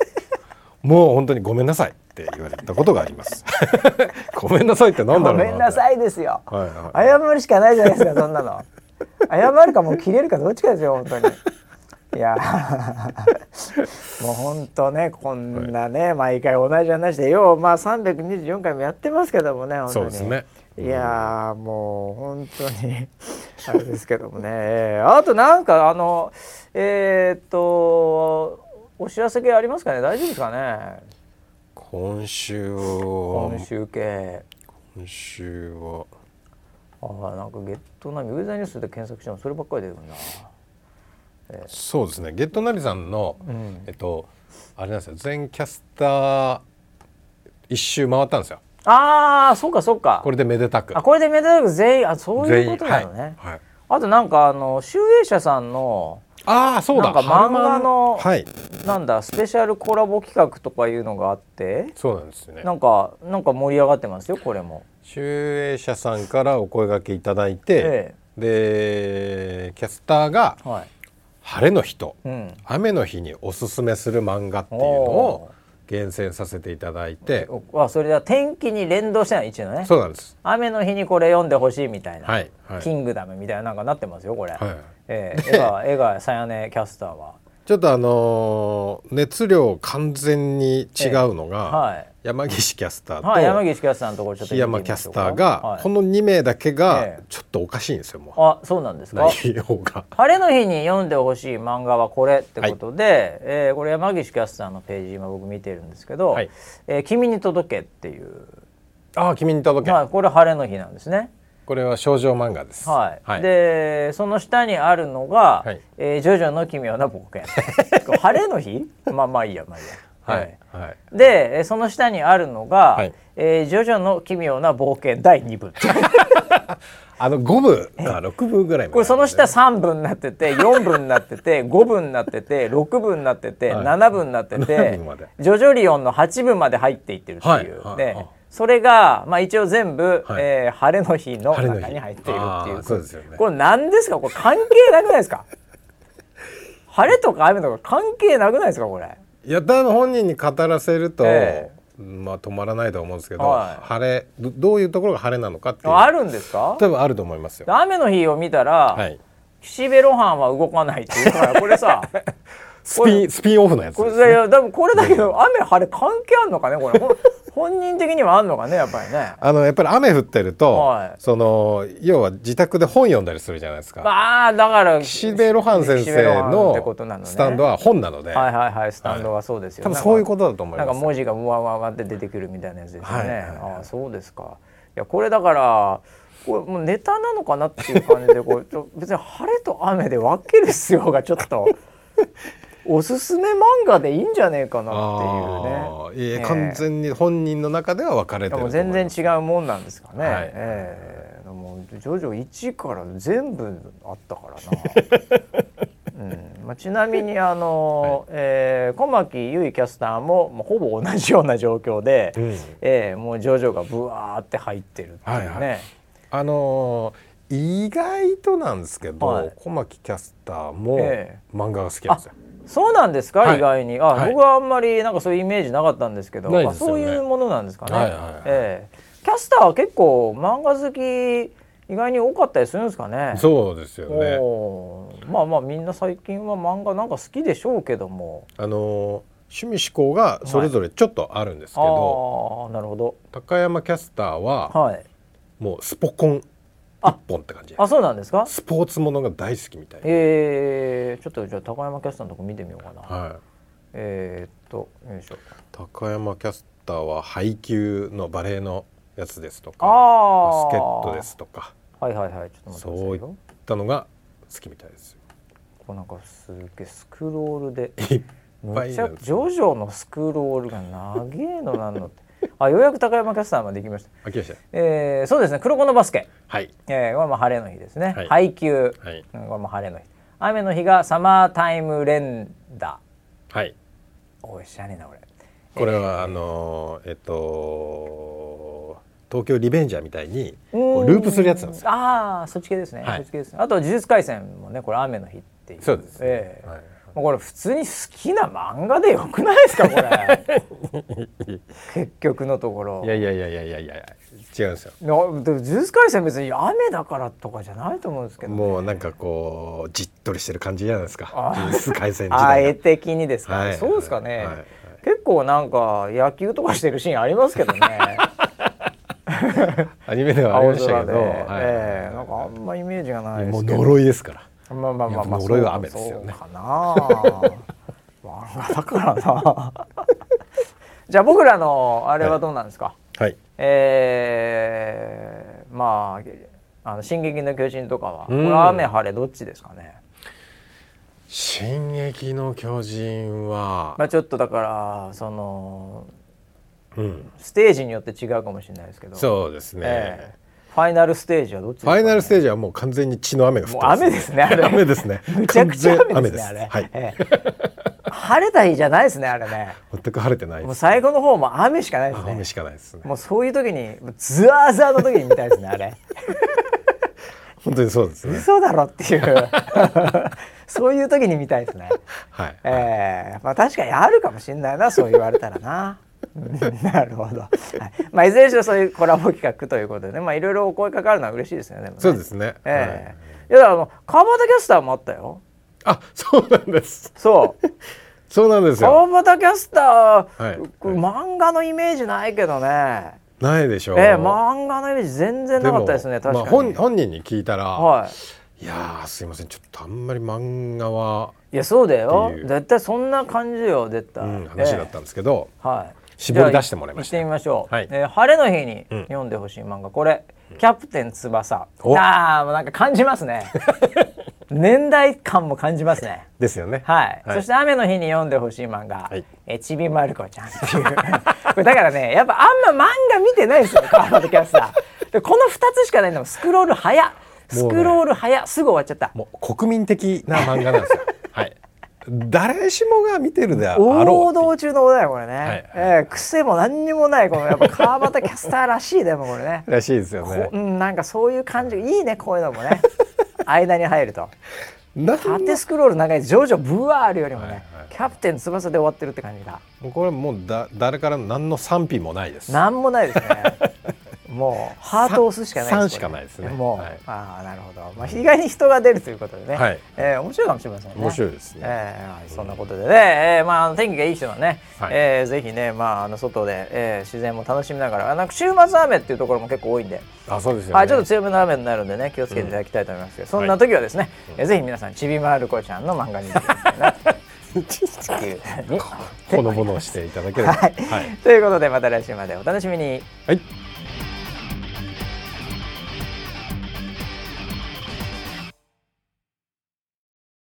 Speaker 2: もう本当にごめんなさいって言われたことがあります。 ごめんなさいってなんだ
Speaker 1: ご
Speaker 2: ろうなって。
Speaker 1: めんなさいですよ、
Speaker 2: はい
Speaker 1: 謝
Speaker 2: はい
Speaker 1: るしかないじゃないですかそんなの謝るかもう切れるかどっちかですよ本当にい やもう本当ねこんなね、毎回同じ話でようまあ324回もやってますけどもね本当に
Speaker 2: そうですね
Speaker 1: いやーもう本当にあれですけどもねえーあとなんかあのえーっとお知らせ系ありますかね大丈夫ですかね
Speaker 2: 今週は
Speaker 1: 今週系
Speaker 2: 今週は
Speaker 1: あーなんかゲットナビウェザーニュースで検索してもそればっかり出てくるな
Speaker 2: そうですねゲットナビさんの、
Speaker 1: ん
Speaker 2: えっとあれなんですよ全キャスター一周回ったんですよ
Speaker 1: ああそうかそうか
Speaker 2: これでめでたく
Speaker 1: あこれでメダル全員あそういうことなのね、
Speaker 2: はいはい
Speaker 1: あとなんかあの集英社さんの
Speaker 2: ああそうだ
Speaker 1: なんか漫画の
Speaker 2: 春漫はい
Speaker 1: なんだスペシャルコラボ企画とかいうのがあって
Speaker 2: そうなんですよね
Speaker 1: なんかなんか盛り上がってますよこれも、
Speaker 2: 集英社さんからお声掛けいただいて
Speaker 1: え、
Speaker 2: でキャスターが
Speaker 1: はい
Speaker 2: 晴れの日と
Speaker 1: うん、
Speaker 2: 雨の日におすすめする漫画っていうのを厳選させていただいて
Speaker 1: おあそれでは天気に連動してない一応ね
Speaker 2: そうなんです
Speaker 1: 雨の日にこれ読んでほしいみたいな、
Speaker 2: はいはい
Speaker 1: キングダムみたいななんかなってますよこれ、
Speaker 2: はい
Speaker 1: ええ、絵 が絵がさやねキャスターは
Speaker 2: ちょっとあのー熱量完全に違うのが、
Speaker 1: はい
Speaker 2: 山岸キャスタ
Speaker 1: はい、山
Speaker 2: ー
Speaker 1: 岸キャスターのところちょ
Speaker 2: と
Speaker 1: っと
Speaker 2: 檜
Speaker 1: 見てみま
Speaker 2: 山
Speaker 1: し
Speaker 2: キ
Speaker 1: ょうか
Speaker 2: ャスターが
Speaker 1: はい
Speaker 2: この2名だけ
Speaker 1: え
Speaker 2: が
Speaker 1: え
Speaker 2: ちょっとおかしいんですよも
Speaker 1: あそうなんです
Speaker 2: う
Speaker 1: か
Speaker 2: 内容が。
Speaker 1: 晴れの日に読んでほしい漫画はこれってことで、えーこれ山岸キャスターのページ今僕見てるんですけど「
Speaker 2: はい
Speaker 1: えー君に届け」っていう、
Speaker 2: ああ君に届け、
Speaker 1: まあ、これ晴れの日なんですね。
Speaker 2: これは少女漫画です。
Speaker 1: はいでその下にあるのが「
Speaker 2: はい
Speaker 1: えージョジョの奇妙な 冒険」これ晴れの日まあまあいいやまあいいや。
Speaker 2: はいはい
Speaker 1: でえーその下にあるのが「
Speaker 2: はい
Speaker 1: えージョジョの奇妙な冒険第2部」
Speaker 2: あの5部か6部ぐらいまで
Speaker 1: これその下3分になって て4分になってて5分になってて6分になってて
Speaker 2: はい
Speaker 1: 7分になって
Speaker 2: 7
Speaker 1: て
Speaker 2: 分まで
Speaker 1: ジョジョリオンの8分まで入っていってるって
Speaker 2: はいいうはい
Speaker 1: で
Speaker 2: あ
Speaker 1: それがまあ一応全部
Speaker 2: はい
Speaker 1: えー晴れの日の
Speaker 2: 晴れの日
Speaker 1: 中に入っているってい
Speaker 2: あ
Speaker 1: う
Speaker 2: ーそうですよね
Speaker 1: これ何ですかこれ関係なくないです か晴れとか雨とか関係なくないですかこれ
Speaker 2: や多分本人に語らせると、
Speaker 1: え
Speaker 2: まあ止まらないと思うんですけど、
Speaker 1: はい
Speaker 2: 晴れどどういうところが晴れなのかっていう
Speaker 1: あるんですか
Speaker 2: 多分あると思いますよ。
Speaker 1: 雨の日を見た
Speaker 2: は
Speaker 1: ら
Speaker 2: い、
Speaker 1: 岸辺露伴は動かないっていうからこれ さ
Speaker 2: スピンスピンオフのやつ
Speaker 1: こ
Speaker 2: で
Speaker 1: れ
Speaker 2: す
Speaker 1: いやいや多分これだけど雨晴れ関係あんのかね これほん本人的にはあんのかねやっぱりね
Speaker 2: あのやっぱり雨降ってると、
Speaker 1: はい
Speaker 2: その要は自宅で本読んだりするじゃないですか。
Speaker 1: まあだから
Speaker 2: 岸辺露伴先
Speaker 1: 岸辺露
Speaker 2: 生
Speaker 1: 伴ってことな
Speaker 2: の
Speaker 1: ね
Speaker 2: スタンドは本なので、
Speaker 1: はいはいはいスタンドはそうですよ、
Speaker 2: 多分そういうことだと思い
Speaker 1: なん
Speaker 2: ま
Speaker 1: か
Speaker 2: す。
Speaker 1: 文字がうわうわうわって出てくるみたいなやつですよね、
Speaker 2: はいはいはい
Speaker 1: ああそうですかいやこれだからこれもうネタなのかなっていう感じでこうちょ別に晴れと雨で分ける必要がちょっとおすすめ漫画でいいんじゃねえかな
Speaker 2: あ
Speaker 1: っ
Speaker 2: あ
Speaker 1: ていうね
Speaker 2: いや
Speaker 1: ええ
Speaker 2: 完全に本人の中では分かれてると
Speaker 1: もう
Speaker 2: 思い
Speaker 1: 全
Speaker 2: ます
Speaker 1: 然違うもんなんですかね。
Speaker 2: はい
Speaker 1: ええもうジョジョ一から全部あったから な。うん、まあちなみにあの、えー小牧結衣キャスターもまあほぼ同じような状況で、
Speaker 2: うん
Speaker 1: ええもうジョジョがブワーって入ってるっていうね。
Speaker 2: はいはあのー意外となんですけど、
Speaker 1: はい
Speaker 2: 小牧キャスターも
Speaker 1: え
Speaker 2: 漫画が好きなんですよ。
Speaker 1: そうなんですか、
Speaker 2: はい
Speaker 1: 意外にあ、
Speaker 2: はい
Speaker 1: 僕はあんまりなんかそういうイメージなかったんですけど
Speaker 2: ない
Speaker 1: あ
Speaker 2: ですよ
Speaker 1: そう
Speaker 2: ね
Speaker 1: いうものなんですかね、
Speaker 2: はいはいはい
Speaker 1: ええキャスターは結構漫画好き意外に多かったりするんですかね
Speaker 2: そうですよね。
Speaker 1: おーまあまあみんな最近は漫画なんか好きでしょうけども
Speaker 2: あの趣味嗜好がそれぞれちょっとあるんですけ
Speaker 1: あ
Speaker 2: ど、
Speaker 1: あなるほど
Speaker 2: 高山キャスターは
Speaker 1: はい
Speaker 2: もうスポコン一本って感じ。
Speaker 1: あそうなんですか
Speaker 2: スポーツものが大好きみたいな。
Speaker 1: えー、ちょっとじゃあ高山キャスターのとこ見てみようかな、
Speaker 2: はい。
Speaker 1: えー、っとよいしょ
Speaker 2: 高山キャスターは配給のバレエのやつですと
Speaker 1: あ
Speaker 2: か、バ
Speaker 1: あ
Speaker 2: スケットですとか、
Speaker 1: はいはいはいちょっと待ってください
Speaker 2: そうい
Speaker 1: よ
Speaker 2: ったのが好きみたいですよ。
Speaker 1: こうなんかすげえスクロールで
Speaker 2: いっぱい
Speaker 1: めち
Speaker 2: な
Speaker 1: ゃ
Speaker 2: んです
Speaker 1: ジョジョのスクロールが長えのなんのってあようやく高山キャスターまで行きました、
Speaker 2: 秋吉さん
Speaker 1: えー、そうですね黒子のバスケ、
Speaker 2: はい
Speaker 1: えー、これも晴れの日ですね、
Speaker 2: はい
Speaker 1: 配給、
Speaker 2: はい
Speaker 1: うんこれも晴れの日雨の日がサマータイム連打
Speaker 2: はい。
Speaker 1: おいしゃれな俺
Speaker 2: これはあのーえっと東京リベンジャーみたいにこうループするやつなんですよ。
Speaker 1: ああーそっち系ですね、
Speaker 2: はい
Speaker 1: そっち系ですねあと呪術廻戦もねこれ雨の日っていう
Speaker 2: そうですね
Speaker 1: ええ
Speaker 2: はい
Speaker 1: もうこれ普通に好きな漫画でよくないですかこれ 結局のところ
Speaker 2: いやいやいやいやいやいや違うんですよ。
Speaker 1: なでもジュース回線別に雨だからとかじゃないと思うんですけど
Speaker 2: もうなんかこうじっとりしてる感じじゃないですか。
Speaker 1: あ
Speaker 2: ジュース回線時
Speaker 1: あ
Speaker 2: 代
Speaker 1: え
Speaker 2: が。
Speaker 1: 的にですか、
Speaker 2: はい
Speaker 1: そうですかね、
Speaker 2: はいはい
Speaker 1: 結構なんか野球とかしてるシーンありますけどね
Speaker 2: アニメではあり
Speaker 1: 青
Speaker 2: ました
Speaker 1: 空
Speaker 2: け
Speaker 1: で、
Speaker 2: ど、
Speaker 1: ええなんかあんまイメージがないで
Speaker 2: もう
Speaker 1: すけど
Speaker 2: 呪いですから。
Speaker 1: まあまあまあまあ
Speaker 2: いや呪いは雨ですよね
Speaker 1: そうか な漫画だからなじゃあ僕らのあれはどうなんですか、
Speaker 2: はい。
Speaker 1: えー、まああの「進撃の巨人」とかは、
Speaker 2: うん
Speaker 1: これ雨晴れどっちですかね
Speaker 2: 進撃の巨人は、
Speaker 1: まあ、ちょっとだからその
Speaker 2: うん、
Speaker 1: ステージによって違うかもしれないですけど
Speaker 2: そうですね。
Speaker 1: ええファイナルステージはどっちです
Speaker 2: フ
Speaker 1: か、
Speaker 2: ァ
Speaker 1: ね、
Speaker 2: イナルステージはもう完全に血の雨が降ってま
Speaker 1: も
Speaker 2: す、
Speaker 1: う雨ですねあれ
Speaker 2: 雨ですね。
Speaker 1: むちゃくちゃ雨
Speaker 2: 完全
Speaker 1: ですねあれ、
Speaker 2: はい。
Speaker 1: ええ晴れた日じゃないですねあれね
Speaker 2: 全く晴れてない
Speaker 1: も
Speaker 2: で
Speaker 1: う
Speaker 2: す。
Speaker 1: 最後の方も雨しかないですね
Speaker 2: 雨しかないですね。
Speaker 1: もうそういう時にもうズワーザーの時に見たいですねあれ
Speaker 2: 本当にそうですね。
Speaker 1: 嘘だろっていう そういう時に見たいですね
Speaker 2: はい。
Speaker 1: えーまあ確かにあるかもしれないなそう言われたらな。 うんなるほど、はいまあ、いずれにしろそういうコラボ企画ということでねまあいろいろお声かかるのは嬉しいですよねでもね
Speaker 2: そうですね。は
Speaker 1: え
Speaker 2: い
Speaker 1: えいやだからあの川端キャスターもあったよ
Speaker 2: あ、そうなんです。
Speaker 1: そう
Speaker 2: そうなんですよ。
Speaker 1: 川端キャスター、
Speaker 2: はい
Speaker 1: これ漫画のイメージないけどね
Speaker 2: ないでしょう。
Speaker 1: ええ漫画のイメージ全然なかったですね
Speaker 2: も
Speaker 1: 確かに、
Speaker 2: まあ、本本人に聞いたら、、
Speaker 1: はい
Speaker 2: やーすいませんちょっとあんまり漫画は、
Speaker 1: いいやそうだよ
Speaker 2: っていう
Speaker 1: 絶対そんな感じよ絶対、
Speaker 2: うん、話だったんですけど、
Speaker 1: はい。
Speaker 2: 絞り出してもらいました
Speaker 1: じゃあ行ってみましょう。
Speaker 2: はい
Speaker 1: えー晴れの日に
Speaker 2: うん
Speaker 1: 読んでほしい漫画、これ、キャプテン翼。
Speaker 2: お
Speaker 1: ああ、もうなんか感じます ね。年代感も感じますね。
Speaker 2: ですよね。
Speaker 1: はい、
Speaker 2: はい
Speaker 1: そして雨の日に読んでほしい漫画、
Speaker 2: はい
Speaker 1: えーちびまる子ちゃんっていう これだからねやっぱあんま漫画見てないですよ川端キャスターでこの2つしかないのスクロール早っスクロール早っすぐ終わっちゃった
Speaker 2: もう国民的な漫画な んですよ。はい。誰しもが見てるであろ
Speaker 1: 王
Speaker 2: うっていう
Speaker 1: 道中の王道だよこれね、
Speaker 2: い
Speaker 1: えー癖も何にもないこのやっぱ川端キャスターらしいでもこれね
Speaker 2: らしいですよ ね
Speaker 1: こ。うん、なんかそういう感じいいねこういうのもね 間に入ると
Speaker 2: なん
Speaker 1: 縦スクロール長いジョジョブワーあるよりもね、
Speaker 2: はいはい
Speaker 1: キャプテン翼で終わってるって感じだ
Speaker 2: これもうだ誰からの何の賛否もないです。
Speaker 1: なんもないですねもうハートを押すしかない
Speaker 2: さん
Speaker 1: これ
Speaker 2: しかないですね
Speaker 1: もう、
Speaker 2: はい
Speaker 1: ああなるほど、まあ、意外に人が出るということでね、
Speaker 2: はい
Speaker 1: えー面白いかもしれませんね
Speaker 2: 面白いですね
Speaker 1: えーはいそんなことでね、えーまあ、天気がいい人はね、
Speaker 2: はい
Speaker 1: えーぜひね、まあ、あの外で、えー自然も楽しみながらあなんか週末雨っていうところも結構多いんで、
Speaker 2: あ、そうですよね。
Speaker 1: はい、ちょっと強めの雨になるんでね気をつけていただきたいと思いますけど、そんな時はですね、えぜひ皆さんちびまる子ちゃんの漫画に見てくださいな っていう、
Speaker 2: ほのぼのしていただけれ ば。
Speaker 1: はい
Speaker 2: はい。
Speaker 1: ということでまた来週までお楽しみに。
Speaker 2: はい